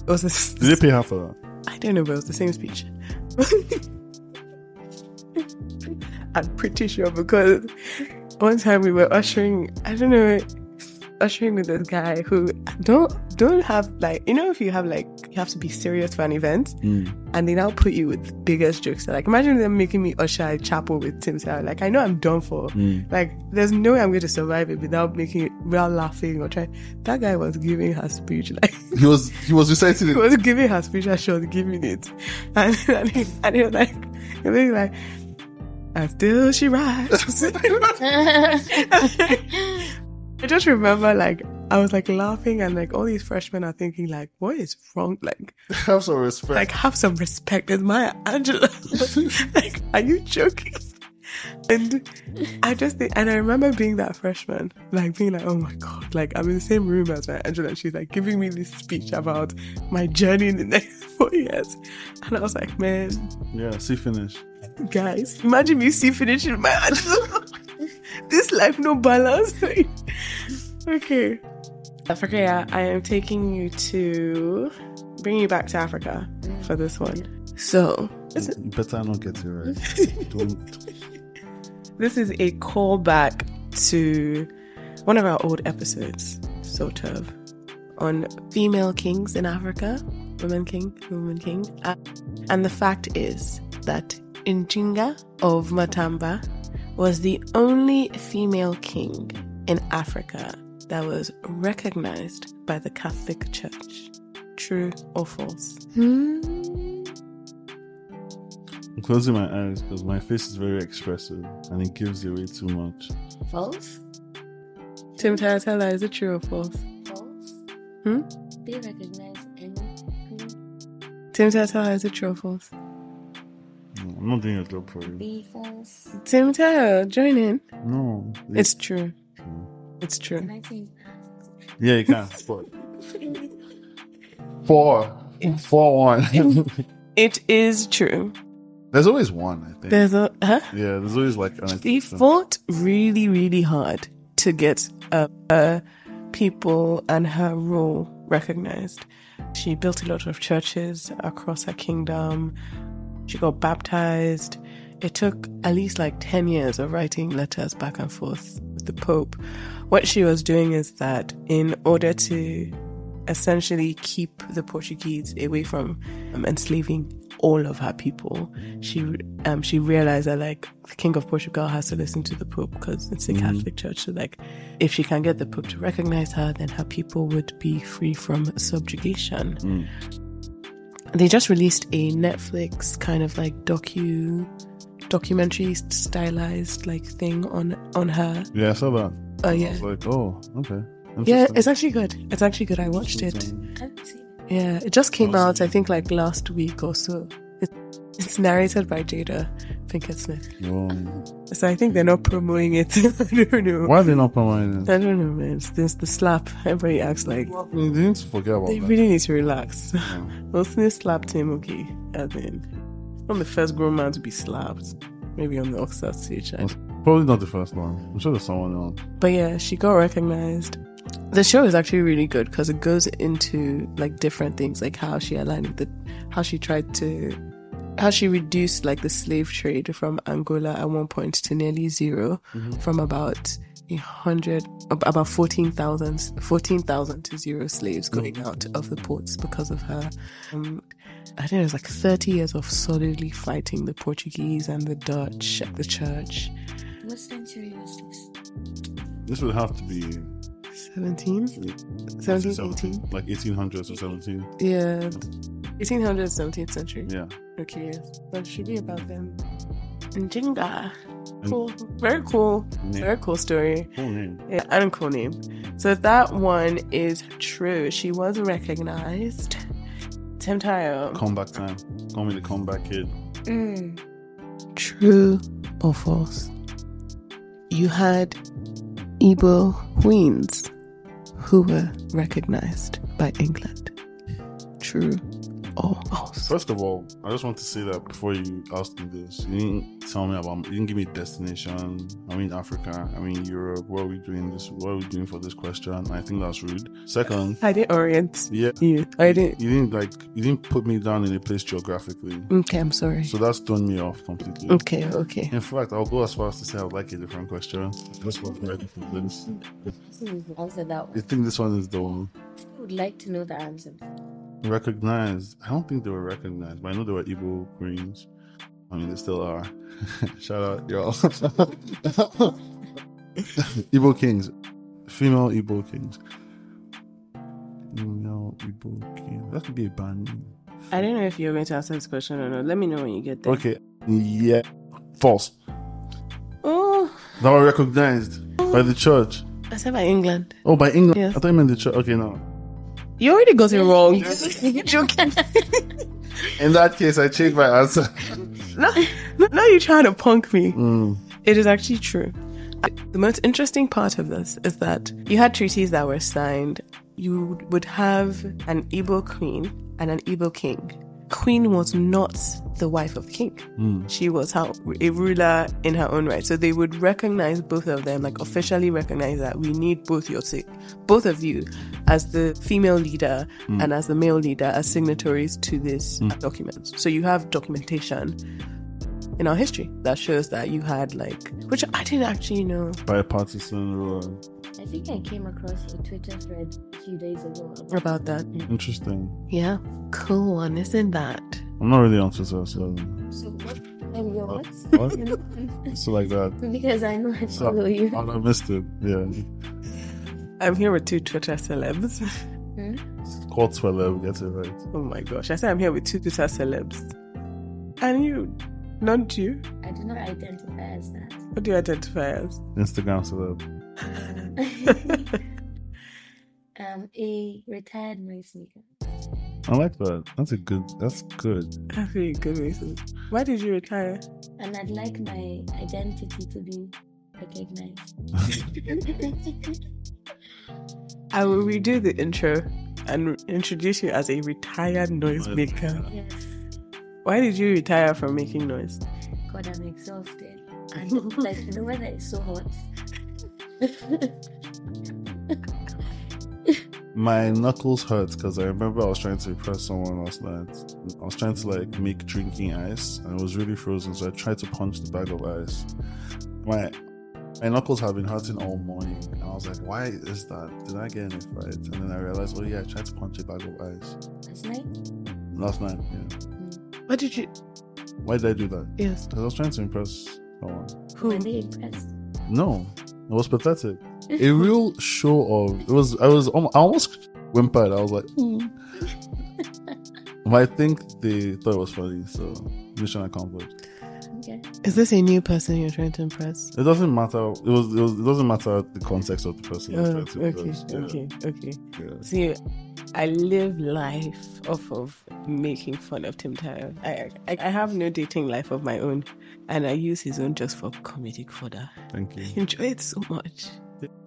Speaker 1: It was a,
Speaker 2: Did they pay her for that?
Speaker 1: I don't know, but it was the same speech. I'm pretty sure because one time we were ushering, I don't know, ushering with this guy who don't don't have like you know if you have like you have to be serious for an event and they now put you with the biggest jokes. Like imagine them making me usher a chapel with Tim Sarah. Like I know I'm done for. Like there's no way I'm going to survive it without making it without laughing or trying. That guy was giving her speech like
Speaker 2: He was he was reciting
Speaker 1: he
Speaker 2: it.
Speaker 1: was giving her speech and she was giving it. And and he, and he was like he was like and still she rides. I just remember like I was like laughing and like all these freshmen are thinking like what is wrong like
Speaker 2: Have some respect.
Speaker 1: like have some respect it's Maya Angela like are you joking and I just think and I remember being that freshman like being like oh my god like I'm in the same room as Maya Angela and she's like giving me this speech about my journey in the next four years and I was like man
Speaker 2: yeah, see finish.
Speaker 1: guys imagine me see finishing Maya Angela this life no balance okay Africa yeah I am taking you to bring you back to Africa for this one so
Speaker 2: You better not get it right. Don't
Speaker 1: This is a callback to one of our old episodes, sort of, on female kings in Africa, women king, women king. Uh, and the fact is that Njinga of Matamba was the only female king in Africa that was recognized by the Catholic Church. True or false?
Speaker 3: Hmm.
Speaker 2: I'm closing my eyes because my face is very expressive and it gives away too much.
Speaker 3: False?
Speaker 1: Tim Taratella, is it true or false?
Speaker 3: False?
Speaker 1: Hmm?
Speaker 3: They recognize anything.
Speaker 1: Tim Taratella, is it true or false?
Speaker 2: No, I'm not doing your job for you.
Speaker 3: Be false.
Speaker 1: Tim Taratella, join in.
Speaker 2: No.
Speaker 1: It's true.
Speaker 2: True.
Speaker 1: It's true.
Speaker 3: Can I change?
Speaker 2: Yeah, you can. Four. Four. Four one.
Speaker 1: It is true.
Speaker 2: there's always one, I think.
Speaker 1: There's a huh?
Speaker 2: yeah, there's always like an
Speaker 1: They fought really, really hard to get uh, uh, people and her role recognized. She built a lot of churches across her kingdom. She got baptized. It took at least like 10 years of writing letters back and forth with the Pope. What she was doing is that in order to essentially keep the Portuguese away from um, enslaving all of her people, she um, she realized that like the King of Portugal has to listen to the Pope because it's a Catholic church. So like, if she can get the Pope to recognize her, then her people would be free from subjugation they just released a Netflix kind of like docu documentary stylized like thing on on her.
Speaker 2: Yeah, I saw that.
Speaker 1: Oh
Speaker 2: I
Speaker 1: yeah.
Speaker 2: was like, oh, okay.
Speaker 1: Yeah,
Speaker 2: Interesting.
Speaker 1: it's actually good. It's actually good. I watched it.
Speaker 2: Interesting.
Speaker 3: I haven't seen it.
Speaker 1: Yeah, it just came out I think like last week or so. It- It's narrated by Jada Pinkett Smith.
Speaker 2: Um,
Speaker 1: So I think they're not promoting it. I don't know.
Speaker 2: why are they not promoting it?
Speaker 1: I don't know, man. It's, it's the slap. Everybody acts like
Speaker 2: They need to forget about
Speaker 1: they
Speaker 2: that.
Speaker 1: really need to relax.
Speaker 2: Yeah.
Speaker 1: Will Smith slapped him, okay. And then I'm the first grown man to be slapped. Maybe on the Oxford stage. I-
Speaker 2: Probably not the first one. I'm sure there's someone else.
Speaker 1: But yeah, she got recognized. The show is actually really good because it goes into like different things, like how she aligned with the, how she tried to, how she reduced like the slave trade from Angola at one point to nearly 0 from about a hundred, ab- about 14,000 14,000 to zero slaves going out of the ports because of her. Um, I think it was like 30 years of solidly fighting the Portuguese and the Dutch at the church.
Speaker 3: What century was this?
Speaker 2: This would have to be
Speaker 1: 17? 17, 18?
Speaker 2: like 1800s or 17.
Speaker 1: Yeah, 1800s, 17th century.
Speaker 2: Yeah.
Speaker 1: Okay, yes. That should be about them. Njinga. Cool. Very cool. Very cool story.
Speaker 2: Cool name.
Speaker 1: Yeah, and a cool name. So that one is true. She was recognized. Tim Tayo.
Speaker 2: Comeback time. Call me the comeback kid.
Speaker 3: Mm.
Speaker 1: True or false? You had Igbo queens who were recognized by England. True or us.
Speaker 2: First of all, I just want to say that before you asked me this, you didn't tell me about. You didn't give me destination. I mean Africa. I mean Europe. What are we doing this? What are we doing for this question? I think that's rude. Second,
Speaker 1: I didn't orient
Speaker 2: yeah,
Speaker 1: you. I didn't.
Speaker 2: You didn't like. You didn't put me down in a place geographically.
Speaker 1: Okay, I'm sorry.
Speaker 2: So that's thrown me off completely.
Speaker 1: Okay, okay.
Speaker 2: In fact, I'll go as far as to say I'd like a different question. Just one very different lens.
Speaker 3: Answer that
Speaker 2: I
Speaker 3: one.
Speaker 2: think this one is the one
Speaker 3: I would like to know the answer.
Speaker 2: recognized. I don't think they were recognized, but I know they were Igbo Greens. I mean, they still are. Shout out, y'all. Igbo Kings, female Igbo Kings. Female Igbo Kings. That could be a band. name.
Speaker 1: I don't know if you're going to answer this question or not. Let me know when you get there.
Speaker 2: Okay, yeah, false.
Speaker 1: Oh,
Speaker 2: They were recognized by the church.
Speaker 1: I said by England.
Speaker 2: Oh, by England.
Speaker 1: Yes.
Speaker 2: I thought you meant the church. Okay, no.
Speaker 1: You already got it wrong.
Speaker 3: joking.
Speaker 2: In that case, I changed my answer.
Speaker 1: No, no, no, you're trying to punk me.
Speaker 2: Mm.
Speaker 1: It is actually true. The most interesting part of this is that you had treaties that were signed. You would have an Igbo queen and an Igbo king. Queen was not the wife of king. She was her, a ruler in her own right. So they would recognize both of them, like officially recognize that we need both your si- both of you as the female leader and as the male leader as signatories to this document. So you have documentation in our history that shows that you had like which I didn't actually know.
Speaker 2: Bipartisan rule.
Speaker 3: I think I came across a Twitter thread a few days ago.
Speaker 1: about that.
Speaker 2: Interesting.
Speaker 1: Yeah. Cool one, isn't that?
Speaker 2: I'm not really on Twitter, so.
Speaker 3: So what? And your what?
Speaker 2: What? so like that.
Speaker 3: because I know I
Speaker 2: So,
Speaker 3: follow you.
Speaker 2: I missed it. Yeah.
Speaker 1: I'm here with two Twitter celebs.
Speaker 2: Called Twelve, get it right.
Speaker 1: Oh my gosh. I said I'm here with two Twitter celebs. And you not you?
Speaker 3: I do not identify as that.
Speaker 1: What do you identify as? Oh,
Speaker 2: Instagram celeb.
Speaker 3: um, a retired noise maker.
Speaker 2: I like that. That's a good. That's good.
Speaker 1: That's really good reason. Why did you retire?
Speaker 3: And I'd like my identity to be recognized.
Speaker 1: I will redo the intro and introduce you as a retired noise maker.
Speaker 3: yes.
Speaker 1: Why did you retire from making noise?
Speaker 3: God, I'm exhausted. And like the weather is so hot.
Speaker 2: My knuckles hurt because I remember I was trying to impress someone last night. I was trying to like make drinking ice, and it was really frozen. So I tried to punch the bag of ice. My my knuckles have been hurting all morning, and I was like, "Why is that? Did I get in a fight?" And then I realized, "Oh yeah, I tried to punch a bag of ice
Speaker 3: Last night,
Speaker 2: last night." Yeah.
Speaker 1: What did you
Speaker 2: Why did I do that?
Speaker 1: Yes.
Speaker 2: Because I was trying to impress someone.
Speaker 1: Who?
Speaker 3: were they impressed?
Speaker 2: No, it was pathetic. A real show of it was. I was. almo- I almost whimpered. I was like, "Hmm." but I think they thought it was funny. So mission accomplished.
Speaker 3: Okay.
Speaker 1: Is this a new person you're trying to impress?
Speaker 2: It doesn't matter. It was. It, was, it doesn't matter the context of the person.
Speaker 1: Oh,
Speaker 2: you're trying to
Speaker 1: okay,
Speaker 2: impress. Yeah,
Speaker 1: okay, okay.
Speaker 2: yeah.
Speaker 1: See, I live life off of making fun of Tim Tyler. I, I I have no dating life of my own, and I use his own just for comedic fodder.
Speaker 2: Thank you.
Speaker 1: Enjoy it so much.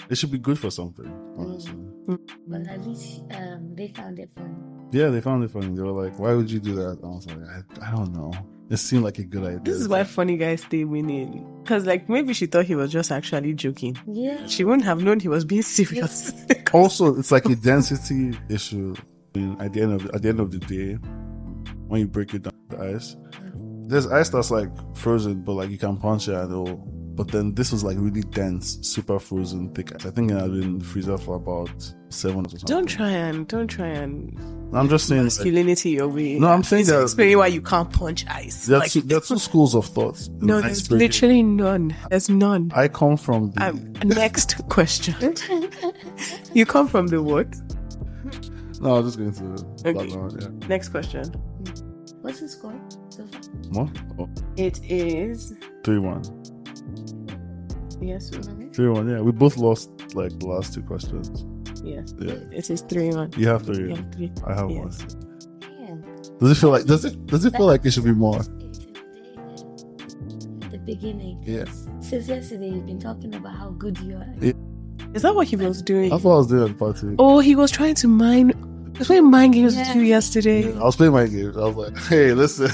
Speaker 2: It should be good for something. Honestly.
Speaker 1: Mm.
Speaker 3: Well, at least um, they found it fun.
Speaker 2: Yeah, they found it funny. They were like, "Why would you do that?" I was like, "I, I don't know." It seemed like a good idea.
Speaker 1: This is why funny guys stay winning. Cause like maybe she thought he was just actually joking.
Speaker 3: Yeah.
Speaker 1: She wouldn't have known he was being serious.
Speaker 2: also it's like a density issue I mean, at the end of at the end of the day when you break it down the ice there's ice that's like frozen but like you can punch it and all but then this was like really dense super frozen thick ice. i think it had been in the freezer for about seven or something
Speaker 1: don't try and don't try and
Speaker 2: i'm just saying like,
Speaker 1: masculinity your way.
Speaker 2: no i'm saying that
Speaker 1: Explain why you can't punch ice.
Speaker 2: there are,
Speaker 1: Like,
Speaker 2: two, there are two schools of thought in
Speaker 1: no,
Speaker 2: ice
Speaker 1: there's
Speaker 2: breaking.
Speaker 1: literally none. There's none.
Speaker 2: i come from the
Speaker 1: Um, next question. you come from the what?
Speaker 2: no i'm just going to
Speaker 1: Okay.
Speaker 2: that one,
Speaker 1: Next question.
Speaker 3: What's the score so far?
Speaker 2: yeah. What? Oh,
Speaker 1: It is
Speaker 2: three one
Speaker 1: yes,
Speaker 2: three one yeah we both lost like the last two questions
Speaker 1: yes.
Speaker 2: yeah
Speaker 1: It is three one.
Speaker 2: You have three.
Speaker 1: You have three.
Speaker 2: I have
Speaker 1: Yes.
Speaker 2: one.
Speaker 3: Yeah.
Speaker 2: Does it feel like does it does it feel like it should be more?
Speaker 3: At the beginning.
Speaker 2: Yeah.
Speaker 3: Since yesterday, you've been talking about how good you are.
Speaker 1: Is that what he was doing?
Speaker 2: That's what I was doing at the party.
Speaker 1: Oh, he was trying to mine. was playing mind games
Speaker 3: Yeah.
Speaker 1: with you yesterday.
Speaker 2: I was playing my games. I was like, hey, listen.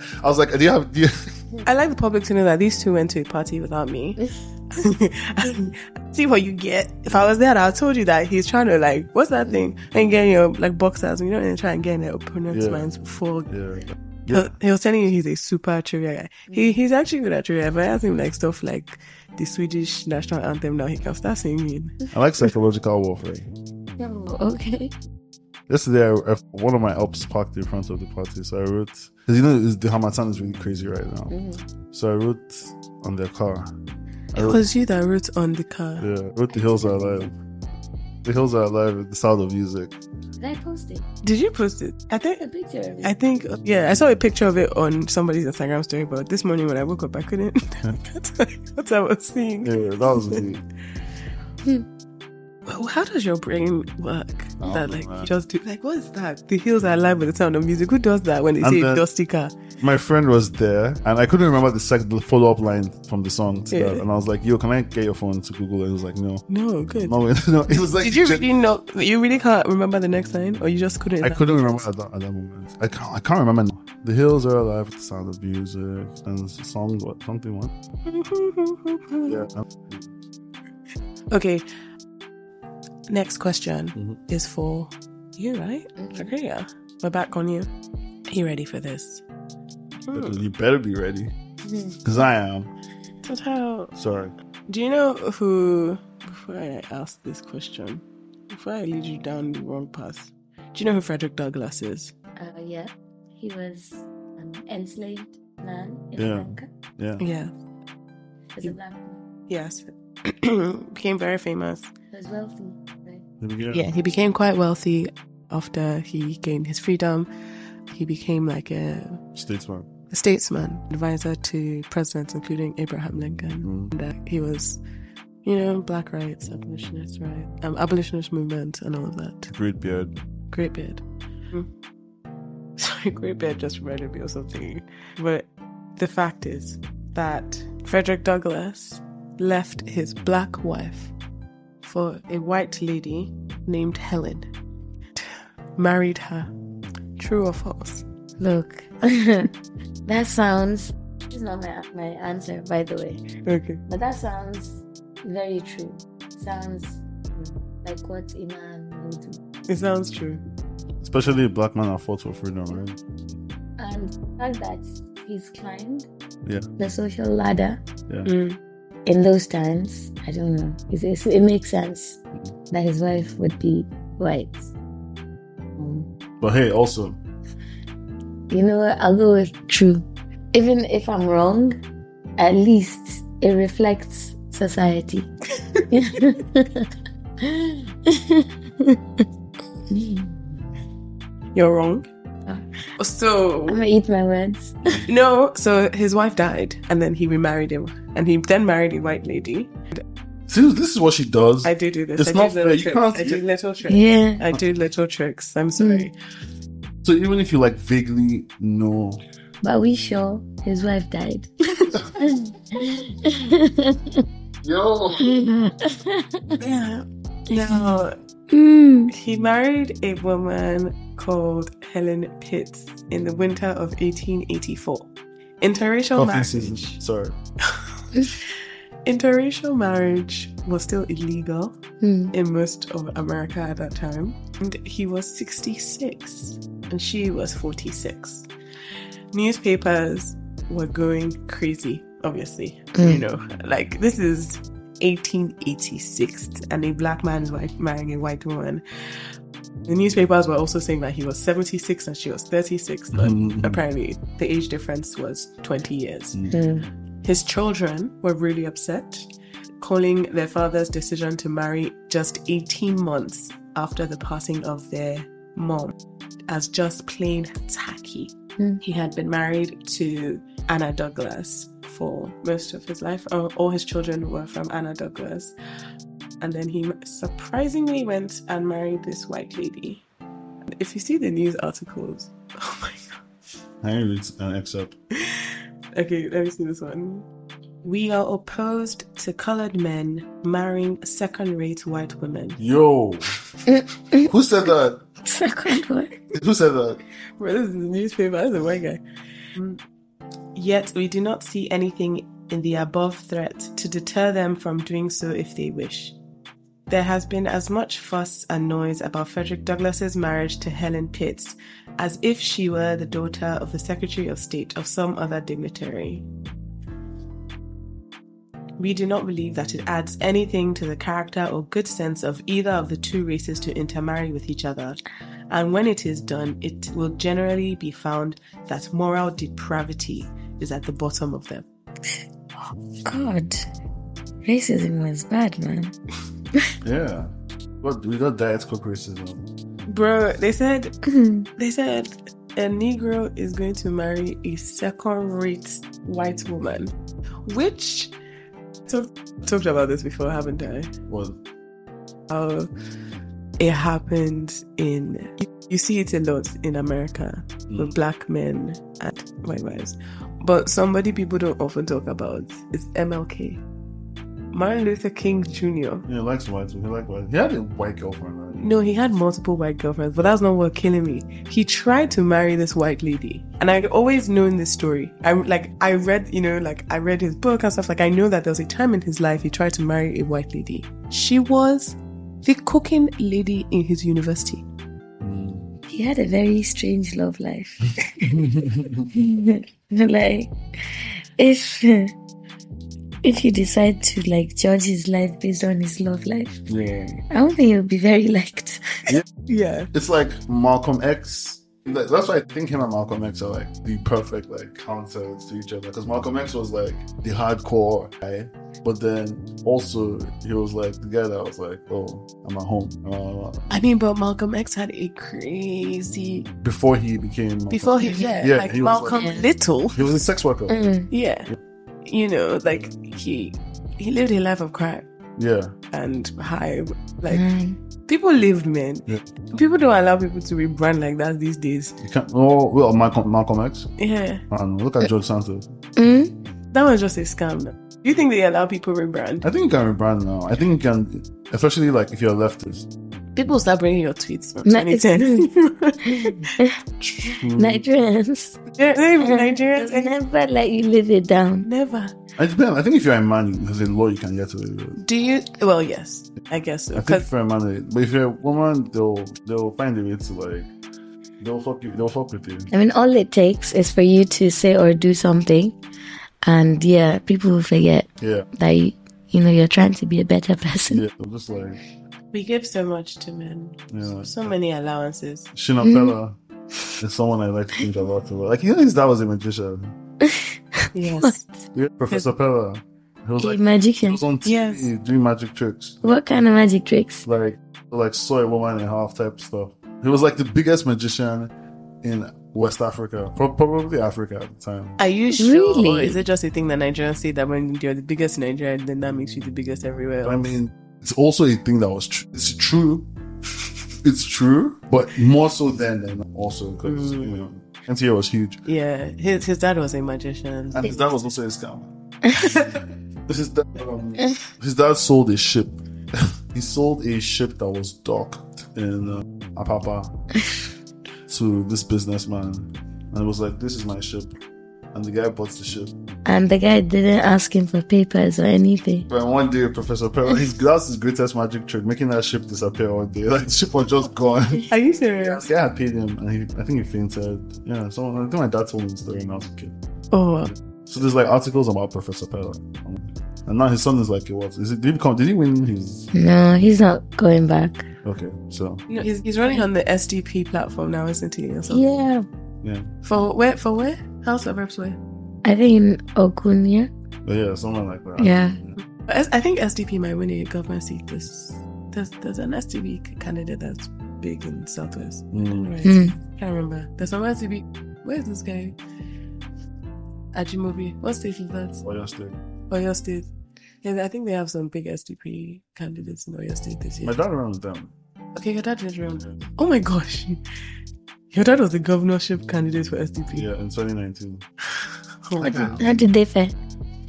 Speaker 2: I was like, do you have? Do you,
Speaker 1: I like the public to know that these two went to a party without me. See what you get. If I was there, I told you that he's trying to like, what's that thing? And getting your like boxers, you know, and try and get in their opponent's
Speaker 2: Yeah.
Speaker 1: minds before.
Speaker 2: yeah. Mm.
Speaker 1: He'll- He was telling you he's a super trivia guy. He he's actually good at trivia. But I asked him like stuff like the Swedish national anthem. Now he can start singing.
Speaker 2: I like psychological warfare.
Speaker 3: Oh, okay.
Speaker 2: Yesterday, I, I, one of my ops parked in front of the party, so I wrote because you know it's- the Hamatan is really crazy right now.
Speaker 1: Mm-hmm.
Speaker 2: So I wrote on their car. I
Speaker 1: It
Speaker 2: wrote,
Speaker 1: was you that wrote on the car.
Speaker 2: yeah, I wrote the hills are alive. The hills are alive. with The sound of music.
Speaker 3: Did I post it?
Speaker 1: Did you post it? I think
Speaker 3: A picture of it.
Speaker 1: I think yeah, I saw a picture of it on somebody's Instagram story, but this morning when I woke up I couldn't I can't tell you what I was seeing.
Speaker 2: Yeah, that was really,
Speaker 1: Well, How does your brain work?
Speaker 2: Oh,
Speaker 1: that like you
Speaker 2: man.
Speaker 1: just do like what is that? The hills are alive with the sound of music. Who does that when they
Speaker 2: And
Speaker 1: say
Speaker 2: then-
Speaker 1: dusty car?
Speaker 2: my friend was there, and I couldn't remember the, sec- the follow up line from the song to that.
Speaker 1: Yeah.
Speaker 2: And I was like, "Yo, can I get your phone to Google?" And he was like, "No,
Speaker 1: No, good.
Speaker 2: no, no." It was like,
Speaker 1: Did you really not? You really can't remember the next line, or you just couldn't?
Speaker 2: I couldn't remember at that, at that moment. I can't. I can't remember. now. The hills are alive with the sound of music and s- song what something what.
Speaker 1: Mm-hmm.
Speaker 2: Yeah. Um,
Speaker 1: Okay. Next question
Speaker 2: Mhm.
Speaker 1: is for you, right?
Speaker 3: Mhm.
Speaker 1: Okay, yeah. We're back on you. Are you ready for this?
Speaker 2: But You better be ready,
Speaker 3: Mm.
Speaker 2: cause I am.
Speaker 1: Hmm. So tell-
Speaker 2: Sorry.
Speaker 1: Do you know who? Before I ask this question, before I lead you down the wrong path, do you know who Frederick Douglass is?
Speaker 3: Uh, yeah. He was an enslaved man in
Speaker 2: Yeah.
Speaker 3: America.
Speaker 2: Yeah.
Speaker 1: Yeah.
Speaker 3: As a black man.
Speaker 1: Yes. became very famous.
Speaker 3: He was wealthy, right?
Speaker 1: Yeah. he became quite wealthy after he gained his freedom. He became like a,
Speaker 2: Statesman.
Speaker 1: a statesman, advisor to presidents, including Abraham Lincoln. And, uh, he was, you know, black rights, abolitionist right, um, abolitionist movement, and all of that.
Speaker 2: Great beard.
Speaker 1: Great beard. Mm. Sorry, great beard just reminded me of something. But the fact is that Frederick Douglass left his black wife for a white lady named Helen. Married her. True or false?
Speaker 3: Look, that sounds. This is not my, my answer, by the way.
Speaker 1: Okay.
Speaker 3: But that sounds very true. Sounds mm, like what Iman would do.
Speaker 1: It sounds true.
Speaker 2: Especially a black man that fought for freedom, right?
Speaker 3: And the fact that he's climbed
Speaker 2: Yeah.
Speaker 3: the social ladder
Speaker 1: Mm.
Speaker 3: in those times, I don't know. It's, it's, it makes sense
Speaker 2: Mm-hmm.
Speaker 3: that his wife would be white. Um,
Speaker 2: But hey, also
Speaker 3: you know what? I'll go with true. Even if I'm wrong, at least it reflects society.
Speaker 1: You're wrong. Oh. So
Speaker 3: I'm gonna eat my words.
Speaker 1: no, so his wife died, and then he remarried him, and he then married a white lady.
Speaker 2: see, this is what she does.
Speaker 1: I do do this.
Speaker 2: It's
Speaker 1: I
Speaker 2: not
Speaker 1: do
Speaker 2: fair.
Speaker 1: little
Speaker 2: You
Speaker 1: tricks.
Speaker 2: can't-
Speaker 1: I do little tricks.
Speaker 3: Yeah.
Speaker 1: I do little tricks. I'm sorry.
Speaker 2: so even if you like vaguely know,
Speaker 3: But we sure his wife died.
Speaker 2: yo,
Speaker 1: Yeah. Now,
Speaker 3: Mm.
Speaker 1: he married a woman called Helen Pitts in the winter of 1884. Interracial
Speaker 2: coffee
Speaker 1: marriage.
Speaker 2: season. Sorry.
Speaker 1: Interracial marriage was still illegal
Speaker 3: Mm.
Speaker 1: in most of America at that time. And he was 66 and she was 46. Newspapers were going crazy, obviously. You know, like this is 1886 and a black man is wi- marrying a white woman. The newspapers were also saying that he was 76 and she was 36, but
Speaker 2: Mhm.
Speaker 1: apparently the age difference was 20 years.
Speaker 3: Mm.
Speaker 1: His children were really upset, calling their father's decision to marry just 18 months after the passing of their mom as just plain tacky.
Speaker 3: Hmm.
Speaker 1: He had been married to Anna Douglas for most of his life. Oh, all his children were from Anna Douglas. And then he surprisingly went and married this white lady. If you see the news articles, oh my god.
Speaker 2: I uh, read an excerpt.
Speaker 1: Okay, let me see this one. We are opposed to colored men marrying second rate white women.
Speaker 2: Yo, who said that?
Speaker 3: second one.
Speaker 2: Who said that?
Speaker 1: Bro, this is the newspaper. This is a white guy. Mm. Yet we do not see anything in the above threat to deter them from doing so if they wish. There has been as much fuss and noise about Frederick Douglass's marriage to Helen Pitts as if she were the daughter of the Secretary of State or some other dignitary. We do not believe that it adds anything to the character or good sense of either of the two races to intermarry with each other, and when it is done, it will generally be found that moral depravity is at the bottom of them.
Speaker 3: God, racism was bad, man.
Speaker 2: Yeah. What we got diet cook racism.
Speaker 1: Bro, they said they said a Negro is going to marry a second-rate white woman, which talk, talked about this before, haven't I?
Speaker 2: Well,
Speaker 1: How it happens in you, you see it a lot in America with black men and white wives, but somebody people don't often talk about is MLK, Martin Luther King Jr.
Speaker 2: yeah, he likes white. He like white. He had a white girlfriend. Right?
Speaker 1: No, he had multiple white girlfriends, but that's not what killing me. He tried to marry this white lady, and I'd always known this story. I like I read, you know, like I read his book and stuff. Like I know that there was a time in his life he tried to marry a white lady. She was the cooking lady in his university.
Speaker 3: He had a very strange love life. like, if if you decide to like judge his life based on his love life,
Speaker 2: Yeah.
Speaker 3: I don't think he'll be very liked.
Speaker 1: Yeah,
Speaker 2: It's like Malcolm X. Like, That's why I think him and Malcolm X are like the perfect like counters to each other. Because Malcolm X was like the hardcore guy, but then also he was like the guy that was like, "Oh, I'm at home." Uh,
Speaker 1: I mean, but Malcolm X had a crazy
Speaker 2: before he became Malcolm.
Speaker 1: before he yeah,
Speaker 2: Yeah,
Speaker 1: like
Speaker 2: he was like-
Speaker 1: Malcolm Little.
Speaker 2: he was a sex worker.
Speaker 3: Mm.
Speaker 1: Yeah, you know, like he he lived a life of crime
Speaker 2: Yeah,
Speaker 1: and high like.
Speaker 3: Mm.
Speaker 1: People lived, man.
Speaker 2: Yeah.
Speaker 1: People don't allow people to rebrand like that these days.
Speaker 2: you can't. Oh, well, Malcolm, Malcolm X.
Speaker 1: Yeah,
Speaker 2: And look at George Santos.
Speaker 3: Mm?
Speaker 1: that was just a scam. Do you think they allow people rebrand?
Speaker 2: I think you can rebrand now. I think you can, especially like if you're a leftist.
Speaker 1: People start bringing your tweets from
Speaker 3: Ni-
Speaker 1: 2010.
Speaker 3: Nigerians,
Speaker 1: They're- they're Nigerians eh?
Speaker 3: Nigerians
Speaker 1: and
Speaker 3: never let you live it down.
Speaker 1: never.
Speaker 2: I, I think if you're a man, there's a law you can get away with.
Speaker 1: Do you? Well, yes, I guess so.
Speaker 2: I think
Speaker 1: 'Cause-
Speaker 2: if you're a man, but if you're a woman, they'll they'll find a way to like they'll fuck you, they'll fuck with you.
Speaker 3: I mean, all it takes is for you to say or do something, and yeah, people will forget
Speaker 2: Yeah,
Speaker 3: that you, you know you're trying to be a better person.
Speaker 2: yeah. I'm just like
Speaker 1: we give so much to men,
Speaker 2: yeah.
Speaker 1: so many allowances.
Speaker 2: Shina Pella is someone I like to think about a lot. Like you know, his dad was a magician.
Speaker 1: Yes,
Speaker 2: Yeah, Professor Pella. He was
Speaker 3: A
Speaker 2: like he
Speaker 3: magician.
Speaker 2: was on TV
Speaker 1: Yes.
Speaker 2: doing magic tricks.
Speaker 3: What kind of magic tricks?
Speaker 2: like like soy woman and half type stuff. He was like the biggest magician in West Africa, pro- probably Africa at the time.
Speaker 1: are you sure? Or
Speaker 3: Really?
Speaker 1: is it just a thing that Nigerians say that when you're the biggest in Nigeria, then that makes you the biggest everywhere?
Speaker 2: I mean, it's also a thing that was tr- it's true, it's true, but more so then and also because you know NTA was huge,
Speaker 1: yeah, his his dad was a magician.
Speaker 2: and his dad was also a scam. his dad, um, his dad sold a ship. he sold a ship that was docked in uh, Apapa to this businessman, and it was like, "This is my ship." And the guy bought the ship.
Speaker 3: And the guy didn't ask him for papers or anything.
Speaker 2: But one day, Professor Perry, his that's his greatest magic trick, making that ship disappear one day. Like the ship was just gone.
Speaker 1: Are you serious?
Speaker 2: This guy had paid him, and he, I think he fainted. Yeah, so I think my dad told me the story when I was a kid.
Speaker 1: Oh, wow.
Speaker 2: So there's like articles about Professor Perry, and now his son is like, "What is it? Did he come? Did he win his?"
Speaker 3: No, he's not going back.
Speaker 2: Okay, so
Speaker 1: You know, he's, he's running on the SDP platform now, isn't he? Or something?
Speaker 3: Yeah,
Speaker 2: yeah,
Speaker 1: For where? For where? House of Reps where?
Speaker 3: I think in Okunia.
Speaker 2: but yeah, something like that.
Speaker 3: Yeah.
Speaker 1: But S- I think SDP might win a government seat. There's there's, there's an SDP c- candidate that's big in Southwest.
Speaker 2: Mm.
Speaker 1: Right.
Speaker 3: Mm.
Speaker 1: Can't remember. There's some SDP. Where's this guy? Ajimobi. What state is that?
Speaker 2: Or just like-
Speaker 1: Oyo State. Yeah, I think they have some big SDP candidates in Oyo State this
Speaker 2: My
Speaker 1: year.
Speaker 2: dad ran with them.
Speaker 1: Okay, your dad did round. Oh my gosh. Your dad was the governorship candidate for SDP.
Speaker 2: Yeah, in 2019.
Speaker 1: Oh my
Speaker 2: Like that.
Speaker 1: God.
Speaker 3: How did they fare?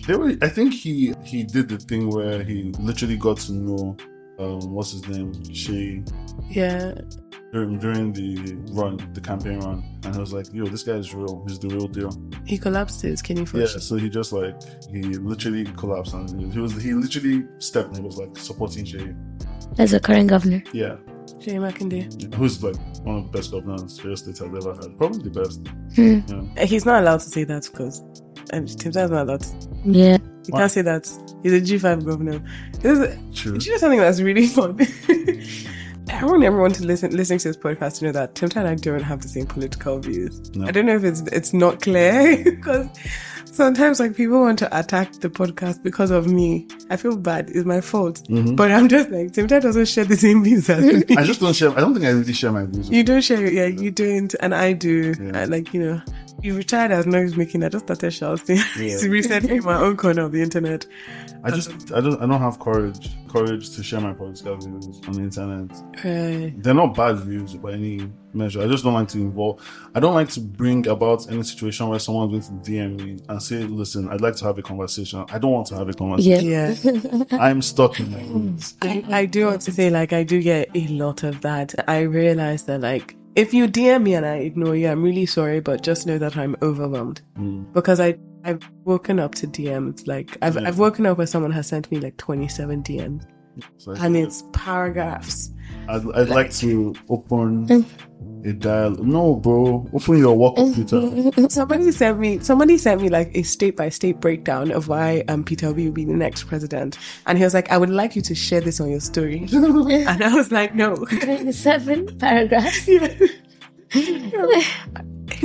Speaker 2: They were, I think he he did the thing where he literally got to know, um, what's his name, Shay
Speaker 1: Yeah.
Speaker 2: during, during the run, the campaign run, and I was like, "Yo, this guy's real. He's the real deal."
Speaker 1: He collapsed his kidney
Speaker 2: Yeah.
Speaker 1: function.
Speaker 2: So he just like he literally collapsed, and he was he literally stepped and he was like supporting Jay.
Speaker 3: That's the current governor.
Speaker 2: Yeah,
Speaker 1: Jay McIntyre.
Speaker 2: who's like one of the best governors real estate I've ever had, probably the best.
Speaker 3: Hmm.
Speaker 2: Yeah.
Speaker 1: Eh, He's not allowed to say that because um, Tim's not allowed. To, he
Speaker 2: Why?
Speaker 3: Yeah.
Speaker 2: Hmm?
Speaker 1: can't say that. He's a G5 governor. This is,
Speaker 2: True.
Speaker 1: Do you know something that's really fun? I want everyone to listen listening to this podcast to know that Tim and I don't have the same political views.
Speaker 2: No.
Speaker 1: I don't know if it's it's not clear because sometimes like people want to attack the podcast because of me. I feel bad. It's my fault.
Speaker 2: Mhm.
Speaker 1: But I'm just like Tim Tan doesn't share the same views as me.
Speaker 2: I just don't share. I don't think I really share my views.
Speaker 1: You don't share it, yeah, you don't, and I do.
Speaker 2: Yeah.
Speaker 1: I, like, you know, you retired as noise making. I just started shouting
Speaker 2: Yeah.
Speaker 1: recently in my own corner of the internet.
Speaker 2: I just I don't I don't have courage courage to share my political views on the internet.
Speaker 1: Right.
Speaker 2: They're not bad views by any measure. I just don't like to involve. I don't like to bring about any situation where someone's going to DM me and say, "Listen, I'd like to have a conversation." I don't want to have a conversation.
Speaker 3: Yeah.
Speaker 1: Yeah.
Speaker 2: I'm stuck in my ways.
Speaker 1: I, I do want to say, like, I do get a lot of that. I realize that, like, if you DM me and I ignore you, I'm really sorry, but just know that I'm overwhelmed
Speaker 2: Mm.
Speaker 1: because I I've woken up to DMs. Like, I've
Speaker 2: Yeah.
Speaker 1: I've woken up where someone has sent me like 27 DMs,
Speaker 2: It's like-
Speaker 1: and it's paragraphs.
Speaker 2: I'd, I'd like to open a dial. No, bro, open your work computer.
Speaker 1: Somebody sent me somebody sent me like a state by state breakdown of why um Peter Obi will be the next president, and he was like, I would like you to share this on your story, and I was like, no.
Speaker 3: 27 paragraphs.
Speaker 1: he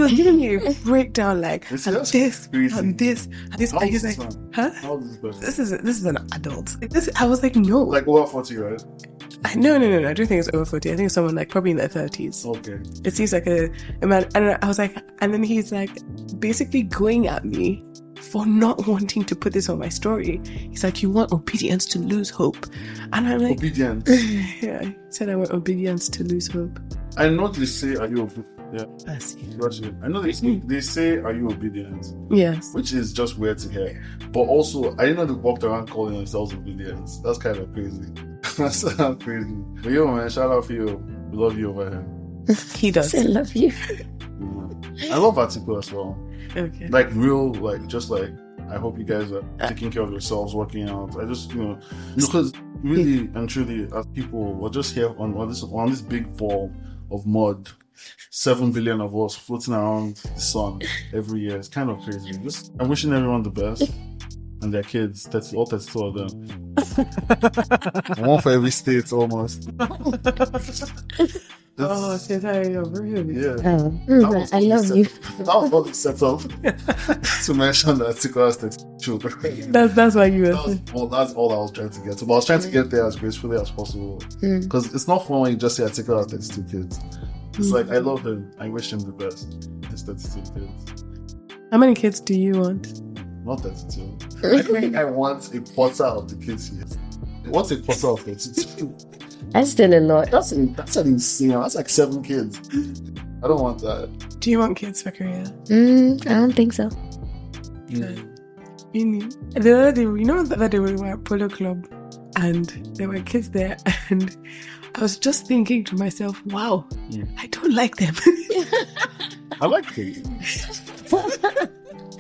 Speaker 1: was giving me a breakdown like
Speaker 2: This
Speaker 1: and
Speaker 2: is
Speaker 1: this
Speaker 2: crazy.
Speaker 1: and this and this
Speaker 2: How
Speaker 1: and he's
Speaker 2: is
Speaker 1: like
Speaker 2: this man?
Speaker 1: huh
Speaker 2: How is this person?
Speaker 1: this is this is an adult like this I was like no like
Speaker 2: Like over forty, right?
Speaker 1: no no no, no I don't think it's over 40 I think it's someone like probably in their 30s
Speaker 2: Okay.
Speaker 1: it seems like a, a man and I was like and then he's like basically going at me for not wanting to put this on my story he's like you want obedience to lose hope and I'm like
Speaker 2: Obedient.
Speaker 1: yeah he said I want obedience to lose hope
Speaker 2: I know they say, "Are you obedient?" Yeah. Got you. I know they say, they say, "Are you obedient?"
Speaker 1: yes
Speaker 2: which is just weird to hear. But also, I didn't know they walked around calling themselves obedience. That's kind of crazy. That's kind of crazy. But yo, man, shout out for you. We love you over here.
Speaker 1: he does
Speaker 3: I love you.
Speaker 2: Yeah. I love Article as well.
Speaker 1: okay
Speaker 2: Like real, like just like I hope you guys are taking care of yourselves, working out. I just you know because really and truly as people we're just here on, on this on this big ball of mud. Seven billion of us floating around the sun every year. It's kind of crazy. Just I'm wishing everyone the best. And their kids, that's all that's two of them. One for every state almost.
Speaker 1: oh since I overheard you.
Speaker 2: yeah. That
Speaker 3: Mm,
Speaker 2: was
Speaker 3: I love
Speaker 2: set-
Speaker 3: you.
Speaker 2: That was all set up to mention that Ticora's the children.
Speaker 1: That's that's why you
Speaker 2: That was,
Speaker 1: were.
Speaker 2: well, that's all I was trying to get to. But I was trying to get there as gracefully as possible.
Speaker 3: Mm.
Speaker 2: Because it's not fun when you just say, I take out 32 kids. It's like, I love him. I wish him the best. It's 32 kids.
Speaker 1: How many kids do you want?
Speaker 2: Not 32. I think I want a quarter of the kids here. What's a quarter of 32?
Speaker 3: That's still a lot.
Speaker 2: That's, an, that's an insane. That's like seven kids. I don't want that.
Speaker 1: Do you want kids for Korea?
Speaker 3: Mm, I don't think so.
Speaker 1: Really? The other day, you know, the other day we were at Polo Club, and there were kids there, and I was just thinking to myself, "Wow,
Speaker 2: Yeah.
Speaker 1: I don't like them."
Speaker 2: I like kids.
Speaker 1: I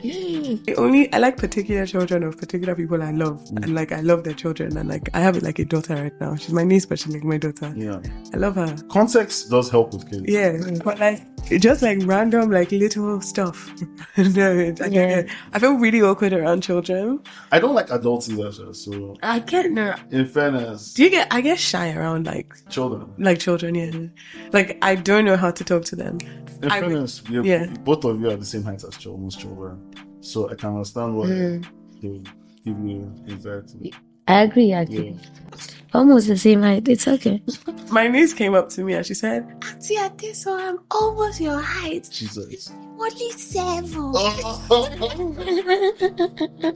Speaker 1: only I like particular children of particular people I love,
Speaker 2: Mm.
Speaker 1: and like I love their children, and like I have like a daughter right now. She's my niece, but she's like my daughter.
Speaker 2: Yeah.
Speaker 1: I love her.
Speaker 2: Context does help with kids.
Speaker 1: Yeah, but like just like random like little stuff. no, it, I,
Speaker 3: Yeah.
Speaker 1: I feel really awkward around children.
Speaker 2: I don't like adults either, sir, so
Speaker 1: I get no.
Speaker 2: in fairness,
Speaker 1: Do you get? I get shy around like
Speaker 2: children.
Speaker 1: like children. Yeah, like I don't know how to talk to them.
Speaker 2: In
Speaker 1: I would-
Speaker 2: fairness, you-
Speaker 1: yeah.
Speaker 2: both of you are the same height as children, most children. So I can understand what
Speaker 1: Mm-hmm.
Speaker 2: they would give you exactly.
Speaker 3: I agree, actually. Almost the same height. It's okay.
Speaker 1: My niece came up to me and she said,
Speaker 4: Auntie Adeso, I'm almost your height.
Speaker 2: Jesus.
Speaker 4: Only seven.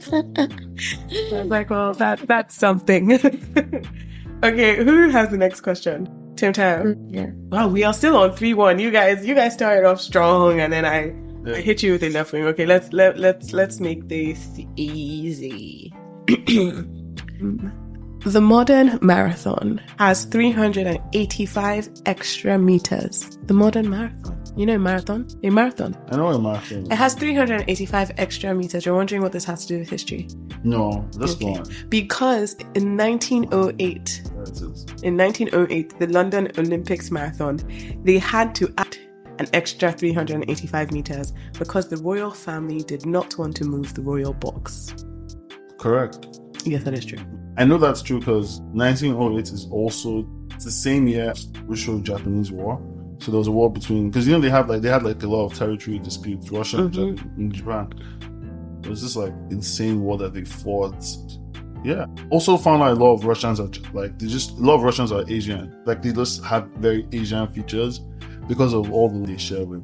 Speaker 1: I was like, "Well, that that's something." okay, who has the next question? Tim Tam.
Speaker 3: yeah.
Speaker 1: Wow, we are still on three one. You guys, you guys started off strong, and then I.
Speaker 2: Yeah.
Speaker 1: I hit you with a left wing. Okay, let's let let's let's make this easy. The modern marathon has 385 extra meters. The modern marathon. You know marathon? A marathon.
Speaker 2: I know a marathon.
Speaker 1: It has 385 extra meters. You're wondering what this has to do with history.
Speaker 2: No, that's
Speaker 1: Okay.
Speaker 2: not.
Speaker 1: Because in 1908,
Speaker 2: There it is.
Speaker 1: in 1908, the London Olympics marathon, they had to add an extra 385 meters because the royal family did not want to move the royal box.
Speaker 2: Correct.
Speaker 1: Yes, that is true.
Speaker 2: I know that's true because 1908 is also it's the same year we showed Japanese War. So there was a war between because you know they have like they had like a lot of territory disputes, Russia and
Speaker 1: Mhm.
Speaker 2: Jap- and Japan. It was this like insane war that they fought. Yeah. Also found out a lot of Russians are like they just a lot of Russians are Asian. Like they just have very Asian features because of all the they share with.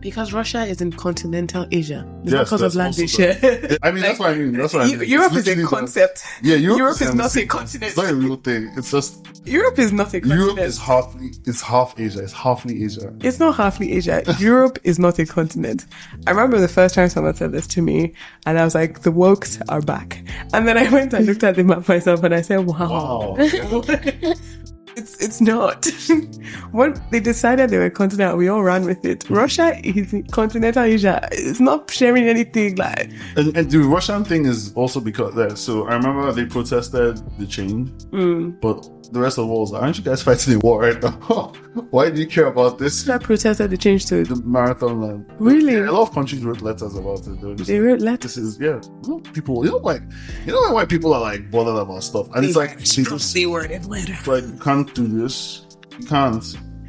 Speaker 1: Because Russia is in continental Asia. It's
Speaker 2: Yes,
Speaker 1: because of
Speaker 2: that's
Speaker 1: land they
Speaker 2: also
Speaker 1: share.
Speaker 2: I mean that's what I mean. That's what I mean.
Speaker 1: Eu-
Speaker 2: It's
Speaker 1: Europe is
Speaker 2: literally
Speaker 1: a
Speaker 2: that.
Speaker 1: concept.
Speaker 2: Yeah, Europe,
Speaker 1: Europe is
Speaker 2: kind of
Speaker 1: not a
Speaker 2: sick.
Speaker 1: continent.
Speaker 2: It's not a real thing. It's just
Speaker 1: Europe is not a continent.
Speaker 2: Europe is half it's half Asia. It's halfly Asia.
Speaker 1: It's not halfly Asia. Europe is not a continent. I remember the first time someone said this to me, and I was like, the wokes are back. And then I went and looked at the map myself and I said, wow.
Speaker 2: Wow.
Speaker 1: It's, it's not. when they decided they were a continent, we all ran with it. Russia is continental Asia. It's not sharing anything. Like,
Speaker 2: and, and the Russian thing is also because there. So I remember they protested the change,
Speaker 1: Hmm.
Speaker 2: but the rest of the world was like, aren't you guys fighting a war right now? Why do you care about this?
Speaker 1: I protested the change to
Speaker 2: The marathon land.
Speaker 1: Really?
Speaker 2: Yeah, a lot of countries wrote letters about it. They were just
Speaker 1: They
Speaker 2: like,
Speaker 1: wrote letters.
Speaker 2: This is yeah. You know, people, you know, like you know, like why people are like bothered about stuff, and it's like they just
Speaker 1: C worded letter.
Speaker 2: like you can't do this, you can't,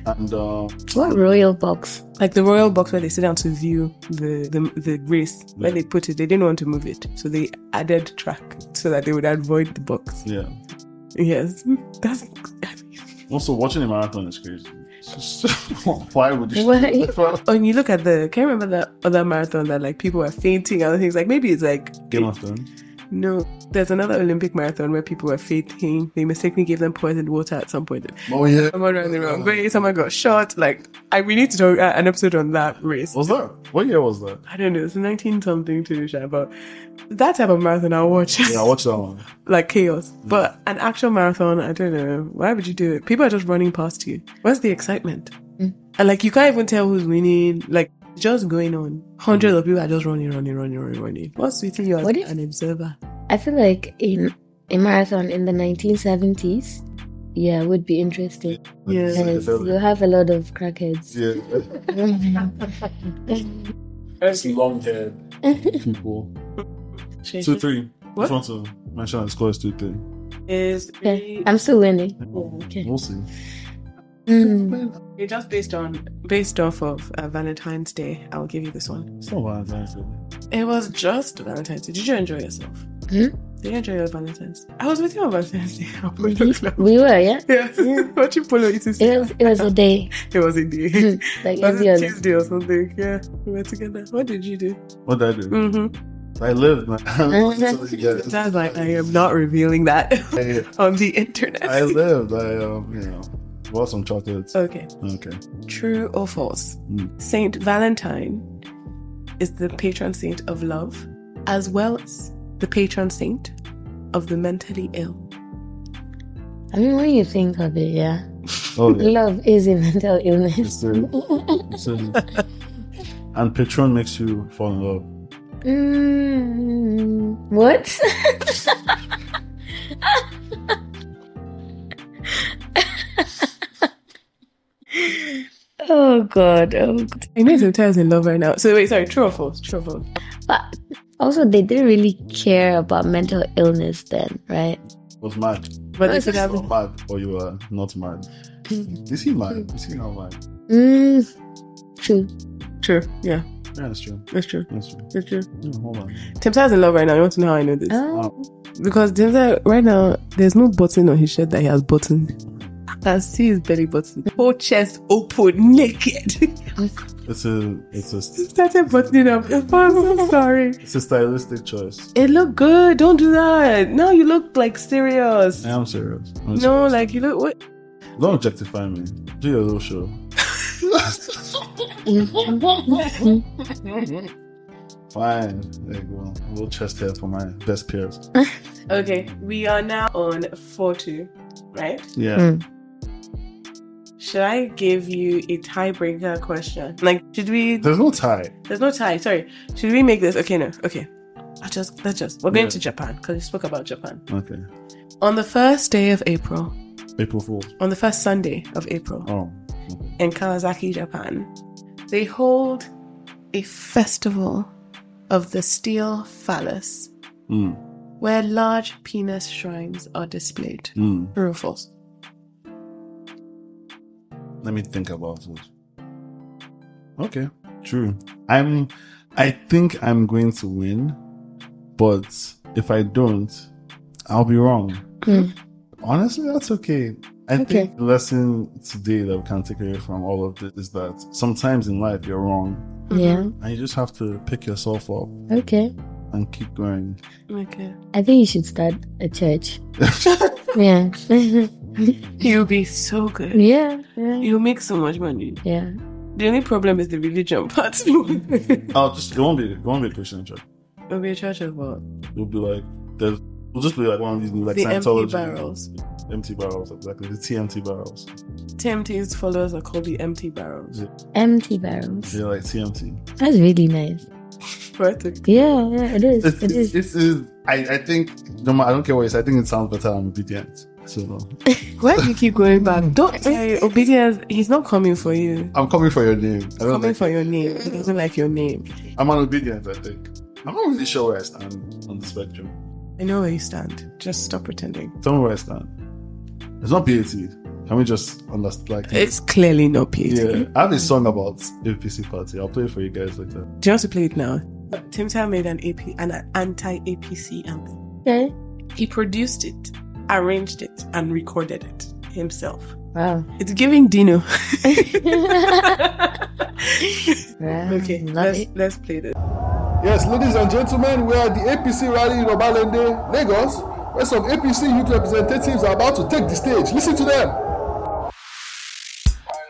Speaker 2: and uh,
Speaker 3: What royal box?
Speaker 1: like the royal box where they sit down to view the the, the race where
Speaker 2: Yeah.
Speaker 1: they put it they didn't want to move it so they added track so that they would avoid the box
Speaker 2: yeah.
Speaker 1: yes that's
Speaker 2: Also, watching a marathon is crazy. It's just- why would you?
Speaker 3: Why?
Speaker 1: and you look at the can you remember that other marathon that like people were fainting and things like maybe it's like
Speaker 2: Game of Thrones.
Speaker 1: no there's another olympic marathon where people were fainting they mistakenly gave them poisoned water at some point
Speaker 2: Oh yeah.
Speaker 1: someone ran the wrong way someone got shot like i we need to do uh, an episode on that race
Speaker 2: Was that? What year was that?
Speaker 1: i don't know it's 19 something too sure but that type of marathon i'll watch
Speaker 2: Yeah, I watched that one.
Speaker 1: like chaos.
Speaker 3: Mm.
Speaker 1: But an actual marathon, I don't know. Why would you do it? People are just running past you. Where's the excitement?
Speaker 3: Mm.
Speaker 1: And like you can't even tell who's winning. Like just going on. Hundreds of people are just running, running, running, running, running. What's with you as
Speaker 3: Mm. What if-
Speaker 1: an observer?
Speaker 3: I feel like in a marathon in the 1970s, yeah, would be interesting.
Speaker 2: Like,
Speaker 1: Yeah.
Speaker 2: it's like
Speaker 3: Yes,
Speaker 2: a
Speaker 3: you
Speaker 2: devil.
Speaker 3: have a lot of crackheads.
Speaker 2: Yeah. It's long haired people. Two three.
Speaker 1: What?
Speaker 2: Just want to mention it's close two three.
Speaker 1: Is
Speaker 3: okay, I'm still winning. okay.
Speaker 2: We'll see.
Speaker 3: Mm.
Speaker 1: you're just based on based off of uh, Valentine's Day. I'll give you this one.
Speaker 2: It's not Valentine's Day.
Speaker 1: It was just Valentine's Day. Did you enjoy yourself?
Speaker 3: Hmm?
Speaker 1: Did you enjoy your Valentine's? I was with you on Valentine's Day.
Speaker 3: We were, yeah.
Speaker 1: yeah. Watching Polo eating.
Speaker 3: It was Hmm. it was a day
Speaker 1: It was indeed.
Speaker 3: like
Speaker 1: Was
Speaker 3: every
Speaker 1: it
Speaker 3: other.
Speaker 1: Tuesday or something? Yeah, we were together. What did you do?
Speaker 2: What did I do?
Speaker 1: Mm-hmm.
Speaker 2: I lived, man.
Speaker 1: Sounds like I am not revealing that
Speaker 2: I,
Speaker 1: on the internet.
Speaker 2: I lived. I um, you know, bought some chocolates.
Speaker 1: okay,
Speaker 2: Okay.
Speaker 1: true or false?
Speaker 2: Hmm.
Speaker 1: Saint Valentine is the patron saint of love, as well as the patron saint of the mentally ill.
Speaker 3: I mean, when you think of it, yeah,
Speaker 2: Oh yeah.
Speaker 3: love is a mental illness.
Speaker 2: It's a- it's a- and Patron makes you fall in love.
Speaker 3: Mm, what? oh God! Oh God!
Speaker 1: I know sometimes in love right now. So wait, sorry, true or false? True or false?
Speaker 3: But also, they didn't really care about mental illness then, right?
Speaker 2: It was mad.
Speaker 1: But they could
Speaker 2: You
Speaker 1: have.
Speaker 2: were mad or you were not mad. Is he mad? Is he not mad?
Speaker 3: Mm, true.
Speaker 1: True. Yeah,
Speaker 2: Yeah, that's true.
Speaker 1: that's true.
Speaker 2: That's true.
Speaker 1: That's true.
Speaker 2: Yeah, hold on.
Speaker 1: Tim's in love right now. You want to know how I know this?
Speaker 3: Oh,
Speaker 1: Because there's a, right now, there's no button on his shirt that he has buttoned. I can see his belly button. Whole chest open, naked.
Speaker 2: It's a it's a
Speaker 1: he started buttoning up. I'm so sorry.
Speaker 2: it's a stylistic choice.
Speaker 1: It looked good. Don't do that. No, you look like serious.
Speaker 2: I am serious. I'm
Speaker 1: No, like you look. What?
Speaker 2: serious. don't objectify me. Do your little show. Fine. There you go. A little chest hair for my best peers.
Speaker 1: Okay, we are now on 4 2, right?
Speaker 2: Yeah.
Speaker 3: Mm.
Speaker 1: Should I give you a tiebreaker question? Like, should we?
Speaker 2: There's no tie.
Speaker 1: There's no tie, sorry. Should we make this? Okay, no, okay. I just, let's just. We're going
Speaker 2: Yeah.
Speaker 1: to Japan because we spoke about Japan.
Speaker 2: Okay.
Speaker 1: On the first day of April,
Speaker 2: April Fool's.
Speaker 1: on the first Sunday of April
Speaker 2: Oh. okay.
Speaker 1: in Kawasaki, Japan, they hold a festival of the steel phallus
Speaker 2: Mm.
Speaker 1: where large penis shrines are displayed.
Speaker 2: Mm.
Speaker 1: True or false?
Speaker 2: Let me think about it. Okay. True. I'm. I think I'm going to win, but if I don't, I'll be wrong.
Speaker 1: Hmm.
Speaker 3: Mm.
Speaker 2: Honestly, that's okay. I
Speaker 3: Okay.
Speaker 2: think the lesson today that we can take away from all of this is that sometimes in life you're wrong
Speaker 3: Yeah.
Speaker 2: and you just have to pick yourself up
Speaker 3: Okay.
Speaker 2: and keep going.
Speaker 1: Okay.
Speaker 3: I think you should start a church. yeah.
Speaker 1: You'll be so good.
Speaker 3: yeah. Yeah.
Speaker 1: You'll make so much money.
Speaker 3: Yeah.
Speaker 1: The only problem is the religion part. It'll
Speaker 2: I'll just it won't be it won't be a Christian church.
Speaker 1: be a church of what?
Speaker 2: It'll be like there's we'll just be like one of these like
Speaker 1: the empty
Speaker 2: Scientology
Speaker 1: barrels.
Speaker 2: empty barrels exactly the TMT barrels.
Speaker 1: TMT's followers are called the empty barrels.
Speaker 3: Empty barrels.
Speaker 2: They're like TMT.
Speaker 3: That's really nice.
Speaker 1: Right? The-
Speaker 3: Yeah. Yeah. It is.
Speaker 2: It's,
Speaker 3: It
Speaker 2: it's,
Speaker 3: is.
Speaker 2: it's, I, I think no matter I don't care what you say. I think it sounds better than obedient. So
Speaker 1: Why do you keep going back? Don't say obedience. He's not coming for you.
Speaker 2: I'm coming for your name. I
Speaker 1: Coming
Speaker 2: don't like,
Speaker 1: for your name. He doesn't like your name.
Speaker 2: I'm on obedient. I think I'm not really sure where I stand on the spectrum.
Speaker 1: I know where you stand. Just stop pretending.
Speaker 2: Tell me where I stand. It's not PAT. Can we just understand? Like
Speaker 1: It's clearly not PAT.
Speaker 2: yeah, I have a song about APC party. I'll play it for you guys later.
Speaker 1: Do you want to play it now? Tim Tam made an AP an anti-APC anthem.
Speaker 3: Okay.
Speaker 1: He produced it, arranged it, and recorded it himself.
Speaker 3: Wow.
Speaker 1: It's giving Dino.
Speaker 3: wow.
Speaker 1: okay,
Speaker 3: Love
Speaker 1: let's,
Speaker 3: it.
Speaker 1: let's play this.
Speaker 2: Yes, ladies and gentlemen, we are at the APC rally in Obalende, Lagos, where some APC youth representatives are about to take the stage. Listen to them.
Speaker 5: My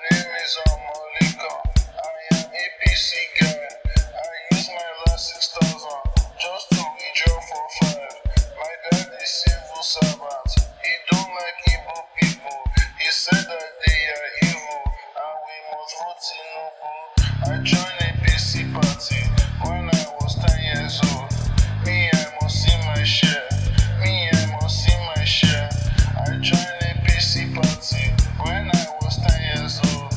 Speaker 5: name is uh, Omoliko. I am APC guy. I use my last 6,000 just to withdraw for five. My dad is civil servant. He don't like evil people. He said that they are evil and we must vote Tinubu. I joined APC party when I was 10 years old. Me, I must see my share. Me, I must see my share. I joined APC party when I was 10 years old.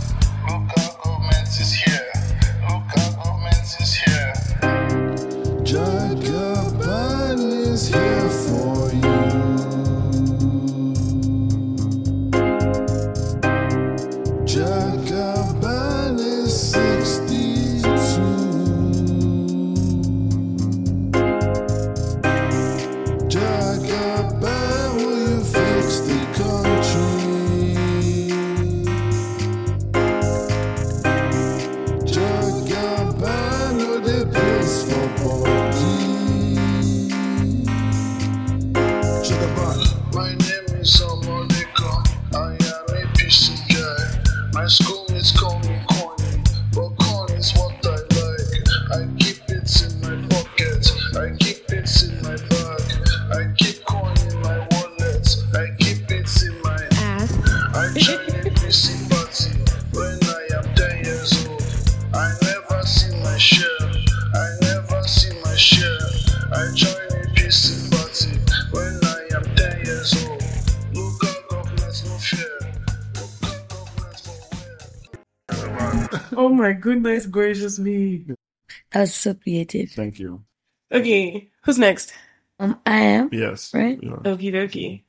Speaker 5: Local government is here. Local government is here.
Speaker 2: Judge Caban is here for you. Judge Caban is 62. Judge Caban, will you fix the country? Jagaban, oh, the place for body. Jagaban.
Speaker 5: My name is Omoliko. I am APC guy. My schoolmates call me corny, but corny is what I like. I keep it in my pocket. I keep it in my bag. I keep corn in my wallet. I keep it in my I joined APC party when I am 10 years old. I never see my share. I never see my share. I joined APC party when I am 10 years old. Look at government, no fear. Look at government for where.
Speaker 1: Oh my goodness gracious me.
Speaker 3: That's so creative.
Speaker 2: Thank you.
Speaker 1: Okay, who's next?
Speaker 3: Um, I am
Speaker 2: Yes.
Speaker 3: Right?
Speaker 2: Yeah,
Speaker 1: Okie dokie.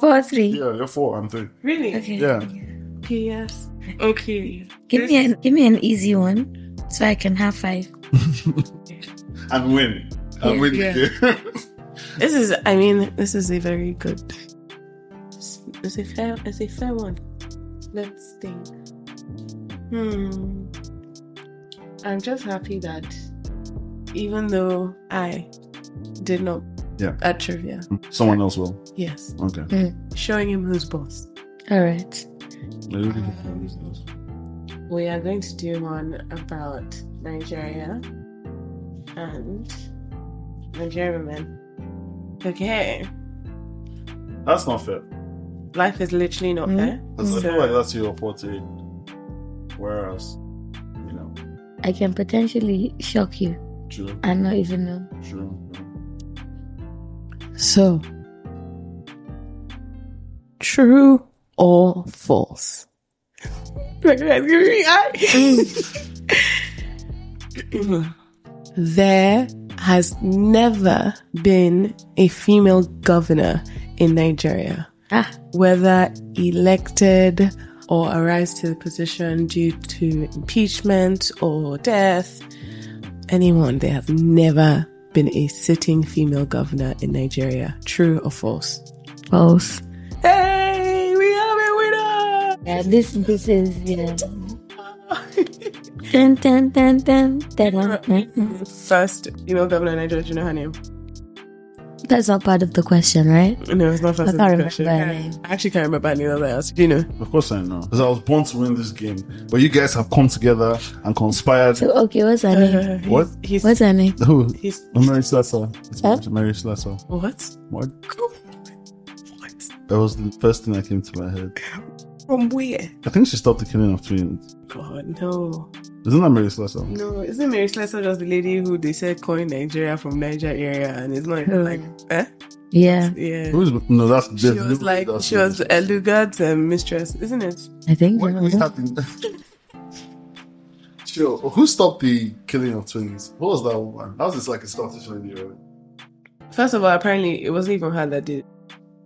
Speaker 3: four three.
Speaker 2: yeah you're four. I'm three.
Speaker 1: Really?
Speaker 3: Okay.
Speaker 2: Yeah.
Speaker 1: Okay, yes. Okay.
Speaker 3: Give me an give me an easy one, so I can have five.
Speaker 2: I'm winning. I'm
Speaker 3: Yeah.
Speaker 2: winning.
Speaker 1: This is, I mean, this is a very good. It's it's a fair, it's a fair one. Let's think. Hmm. I'm just happy that, even though I did not
Speaker 2: Yeah.
Speaker 1: at trivia,
Speaker 2: Someone else will.
Speaker 1: yes,
Speaker 2: Okay.
Speaker 1: showing him who's boss.
Speaker 3: All right.
Speaker 1: We are going to do one about Nigeria, and Nigerian men. Okay.
Speaker 2: That's not fair.
Speaker 1: Life is literally not
Speaker 3: Mhm.
Speaker 1: fair.
Speaker 2: 'Cause I
Speaker 1: So-
Speaker 2: feel like that's your forte. Whereas, you know,
Speaker 3: I can potentially shock you
Speaker 2: true,
Speaker 3: and not even know.
Speaker 2: true.
Speaker 6: So, true or false?
Speaker 1: there has never been a female governor in Nigeria,
Speaker 3: Ah.
Speaker 1: whether elected or arise to the position due to impeachment or death. Anyone, there has never been a sitting female governor in Nigeria. True or false?
Speaker 3: False.
Speaker 1: Hey, we have a winner!
Speaker 3: Yeah, this this is yeah. Dun, dun, dun, dun, dun, dun, dun, dun.
Speaker 1: First female governor in Nigeria, do you know her name?
Speaker 3: That's not part of the question, right?
Speaker 1: No, it's not first
Speaker 3: I can't
Speaker 1: impression.
Speaker 3: remember her name.
Speaker 1: I actually can't remember anyone else. Do you know?
Speaker 2: Of course I know. Because I was born to win this game. But you guys have come together and conspired.
Speaker 3: So okay, what's her name?
Speaker 1: Uh, he's-
Speaker 2: What?
Speaker 1: He's,
Speaker 3: What's her name?
Speaker 2: Who?
Speaker 1: he's
Speaker 2: Mary Slessor. It's
Speaker 3: Huh?
Speaker 2: Mary Slessor.
Speaker 1: what?
Speaker 2: What?
Speaker 1: What?
Speaker 2: That was the first thing that came to my head.
Speaker 1: From where?
Speaker 2: I think she stopped the killing of twins.
Speaker 1: God, no.
Speaker 2: Isn't that Mary Slessor?
Speaker 1: No, isn't Mary Slessor just the lady who they said coined Nigeria from Niger area and it's not
Speaker 3: Hmm.
Speaker 1: like, eh?
Speaker 3: Yeah,
Speaker 1: Yeah.
Speaker 2: Who is, no, that's
Speaker 1: She
Speaker 2: that's-
Speaker 1: was like,
Speaker 2: that's-
Speaker 1: she was Elugard's um, mistress, isn't it?
Speaker 3: I think.
Speaker 2: What is
Speaker 3: so.
Speaker 2: happening? Chill. Who stopped the killing of twins? What was that one? That was just like a Scottish lady, right?
Speaker 1: First of all, apparently it wasn't even her that did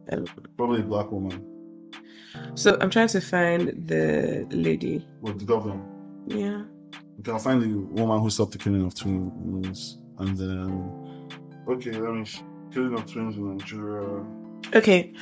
Speaker 1: it.
Speaker 2: Probably a black woman.
Speaker 1: So I'm trying to find the lady.
Speaker 2: Well, the governor.
Speaker 1: Yeah.
Speaker 2: You can find the woman who stopped the killing of twins. And then. Okay, let me. sh- Killing of twins in Nigeria.
Speaker 1: Okay.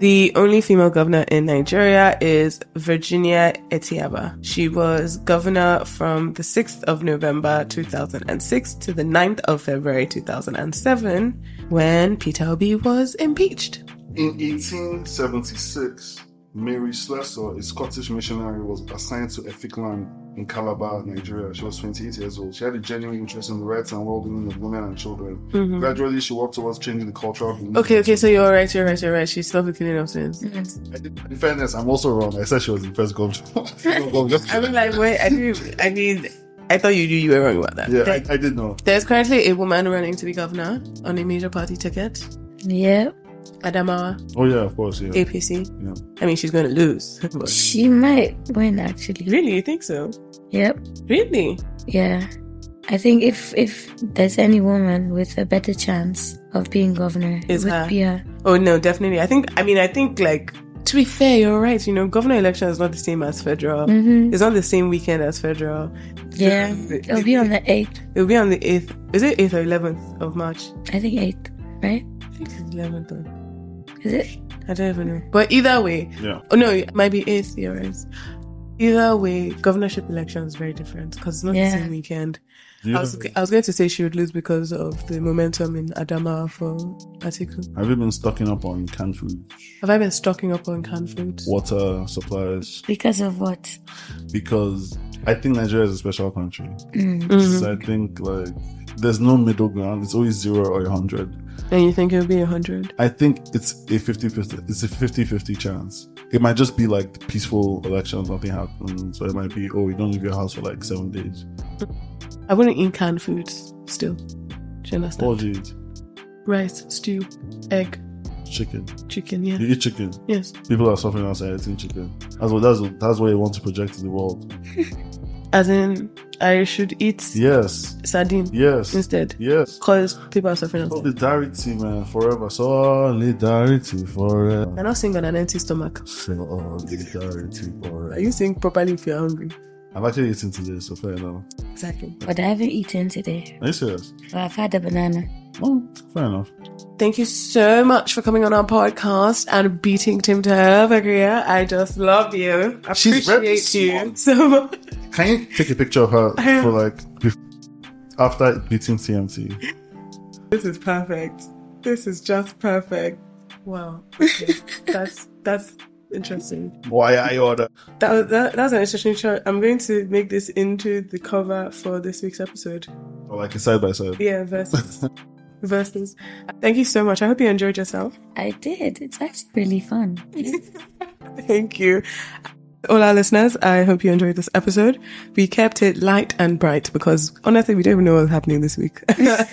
Speaker 1: The only female governor in Nigeria is Virginia Etiaba. She was governor from the 6th of November 2006 to the 9th of February 2007 when Peter Obi was impeached.
Speaker 2: In 1876, Mary Slessor, a Scottish missionary, was assigned to Efikland in Calabar, Nigeria. She was 28 years old. She had a genuine interest in the rights and well-being of women and children. Gradually, she worked towards changing the culture. of the-
Speaker 1: Mm-hmm. Okay, okay, so you're right, you're right, you're right. She stopped the killing of twins.
Speaker 2: In fairness, I'm also wrong. I said she was in first governor. Just-
Speaker 1: I mean, like, wait, I knew, I mean, I thought you knew you were wrong about that.
Speaker 2: yeah,
Speaker 1: Like,
Speaker 2: I, I did know.
Speaker 1: there's currently a woman running to be governor on a major party ticket,
Speaker 3: Yeah,
Speaker 1: Adamawa,
Speaker 2: Oh yeah, of course. Yeah.
Speaker 1: APC.
Speaker 2: Yeah.
Speaker 1: I mean, she's going to lose. but-
Speaker 3: she might win actually.
Speaker 1: Really, you think so?
Speaker 3: Yep.
Speaker 1: Really?
Speaker 3: Yeah. I think if if there's any woman with a better chance of being governor,
Speaker 1: It's
Speaker 3: it would
Speaker 1: her.
Speaker 3: be her.
Speaker 1: Oh no, definitely. I think. I mean, I think like to be fair, you're right. You know, governor election is not the same as federal.
Speaker 3: hmm
Speaker 1: It's not the same weekend as federal.
Speaker 3: Yeah.
Speaker 1: The-
Speaker 3: It'll be on the eighth.
Speaker 1: It'll be on the eighth. Is it eighth or eleventh of March?
Speaker 3: I think eighth, right?
Speaker 1: I think it's eleventh.
Speaker 3: Is it?
Speaker 1: I don't even know. But either way,
Speaker 2: Yeah.
Speaker 1: oh no, it might be eighth. You're right. Either way, governorship election is very different because it's not
Speaker 3: Yeah.
Speaker 1: the same weekend.
Speaker 2: Do you
Speaker 1: I was
Speaker 2: have-
Speaker 1: I was going to say she would lose because of the momentum in Adama for Atiku.
Speaker 2: have you been stocking up on canned food,
Speaker 1: Have I been stocking up on canned food?
Speaker 2: water supplies?
Speaker 3: Because of what?
Speaker 2: Because I think Nigeria is a special country.
Speaker 3: Mm.
Speaker 1: Mhm.
Speaker 2: So I think like there's no middle ground. It's always zero or a hundred.
Speaker 1: And you think it'll be a hundred?
Speaker 2: I think it's a 50-50, it's a 50-50 chance. It might just be like peaceful elections, nothing happens. Or it might be, oh, we don't leave your house for like seven days.
Speaker 1: I wouldn't eat canned foods still. Do you understand?
Speaker 2: What do you eat?
Speaker 1: Rice, stew, egg,
Speaker 2: Chicken.
Speaker 1: chicken, yeah.
Speaker 2: You eat chicken.
Speaker 1: Yes.
Speaker 2: People are suffering outside eating chicken. That's what that's what- that's what you want to project to the world.
Speaker 1: As in, I should eat
Speaker 2: Yes.
Speaker 1: sardine
Speaker 2: Yes.
Speaker 1: instead.
Speaker 2: Yes.
Speaker 1: Because people are suffering. outside.
Speaker 2: Solidarity, man, forever. Solidarity
Speaker 1: You're
Speaker 2: forever.
Speaker 1: not singing on an empty stomach.
Speaker 2: "Oh, Solidarity
Speaker 1: Are
Speaker 2: forever.
Speaker 1: you singing properly if you're hungry?
Speaker 2: I've actually eaten today, so fair enough.
Speaker 1: Exactly.
Speaker 3: But I haven't eaten today.
Speaker 2: Are you serious?
Speaker 3: But I've had a banana.
Speaker 2: No, fair enough.
Speaker 1: Thank you so much for coming on our podcast and beating Tim to her career. I just love you. I
Speaker 2: She's very
Speaker 1: appreciate you
Speaker 2: smart.
Speaker 1: so much.
Speaker 2: Can you take a picture of her for like bef- after beating CMT?
Speaker 1: This is perfect. This is just perfect. Wow. Okay. that's that's Interesting.
Speaker 7: Why are you order?
Speaker 1: That, was- that that's an interesting shot. I'm going to make this into the cover for this week's episode.
Speaker 7: Or like a side by side.
Speaker 1: Yeah, versus versus. Thank you so much. I hope you enjoyed yourself.
Speaker 3: I did. It's actually really fun.
Speaker 1: Thank you. All our listeners, I hope you enjoyed this episode. We kept it light and bright because honestly, we don't even know what's happening this week. we don't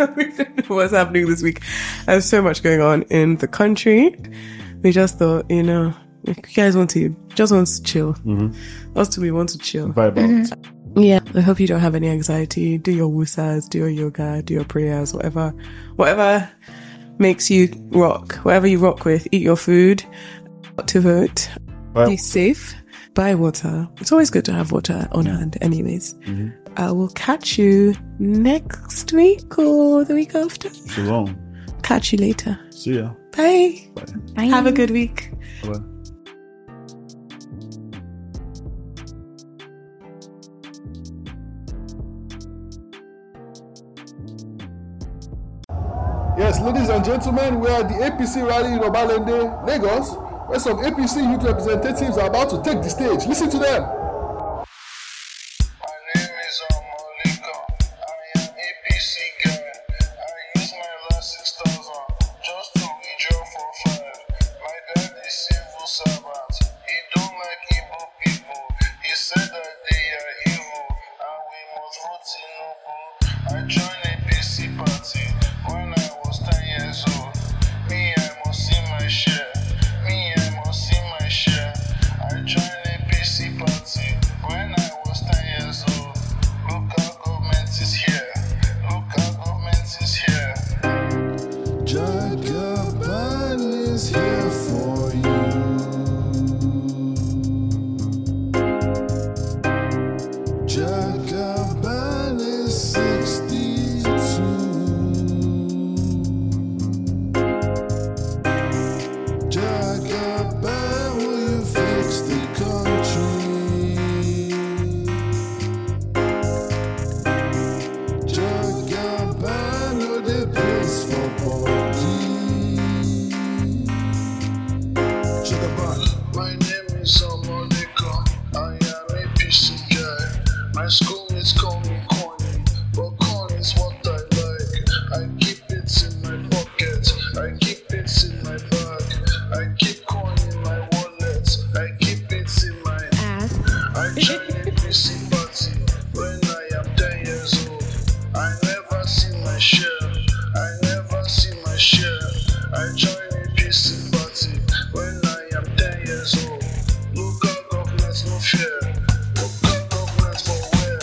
Speaker 1: know what's happening this week. There's so much going on in the country. We just thought, you know, if you guys want to, just want to chill. Us two, we want to chill.
Speaker 7: Vibe
Speaker 1: Mm-hmm.
Speaker 7: out.
Speaker 1: Yeah, I hope you don't have any anxiety. Do your wusas, do your yoga, do your prayers, whatever, whatever makes you rock, whatever you rock with. Eat your food, vote to vote,
Speaker 7: Buy-
Speaker 1: be safe, buy water. It's always good to have water on hand, anyways. I will catch you next week or the week after.
Speaker 7: Shalom.
Speaker 1: Catch you later.
Speaker 7: See ya.
Speaker 1: Bye.
Speaker 7: Bye.
Speaker 1: Have a good week.
Speaker 7: Bye.
Speaker 2: Yes, ladies and gentlemen, we are at the APC rally in Obalende, Lagos, where some APC youth representatives are about to take the stage. Listen to them.
Speaker 5: My name is Amoliko. I am APC guy. I use my last 6,000 just to withdraw for five. My dad is civil servant. He don't like evil people. He said that they are evil and we must vote Tinubu. I joined APC party when I was 10 years old. Me, I must see my share. Me, I must see my share. I joined APC party when I was 10 years old. Local government is here. Local government is here.
Speaker 2: Jagaban is here for you. Jagaban is 62. Jagaban, will you fix the country? Jagaban, oh, the place for body. Jagaban.
Speaker 5: My name is Amoliko. I am APC guy. My school is called me corny, but corn is what I like. I keep it in my pocket. I keep it in my bag. I keep corn in my wallet. I keep it in my I joined APC party when I am 10 years old. I never see my share. I never see my share. I joined APC party when I am 10 years old. Local government, no fear. Local government for where?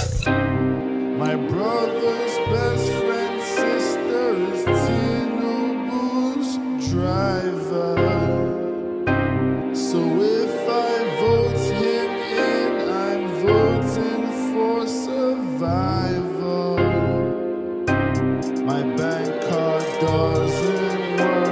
Speaker 2: My brother's best friend, sister is Tinubu's driver. So if I vote him in, I'm voting for survival. My bank card doesn't work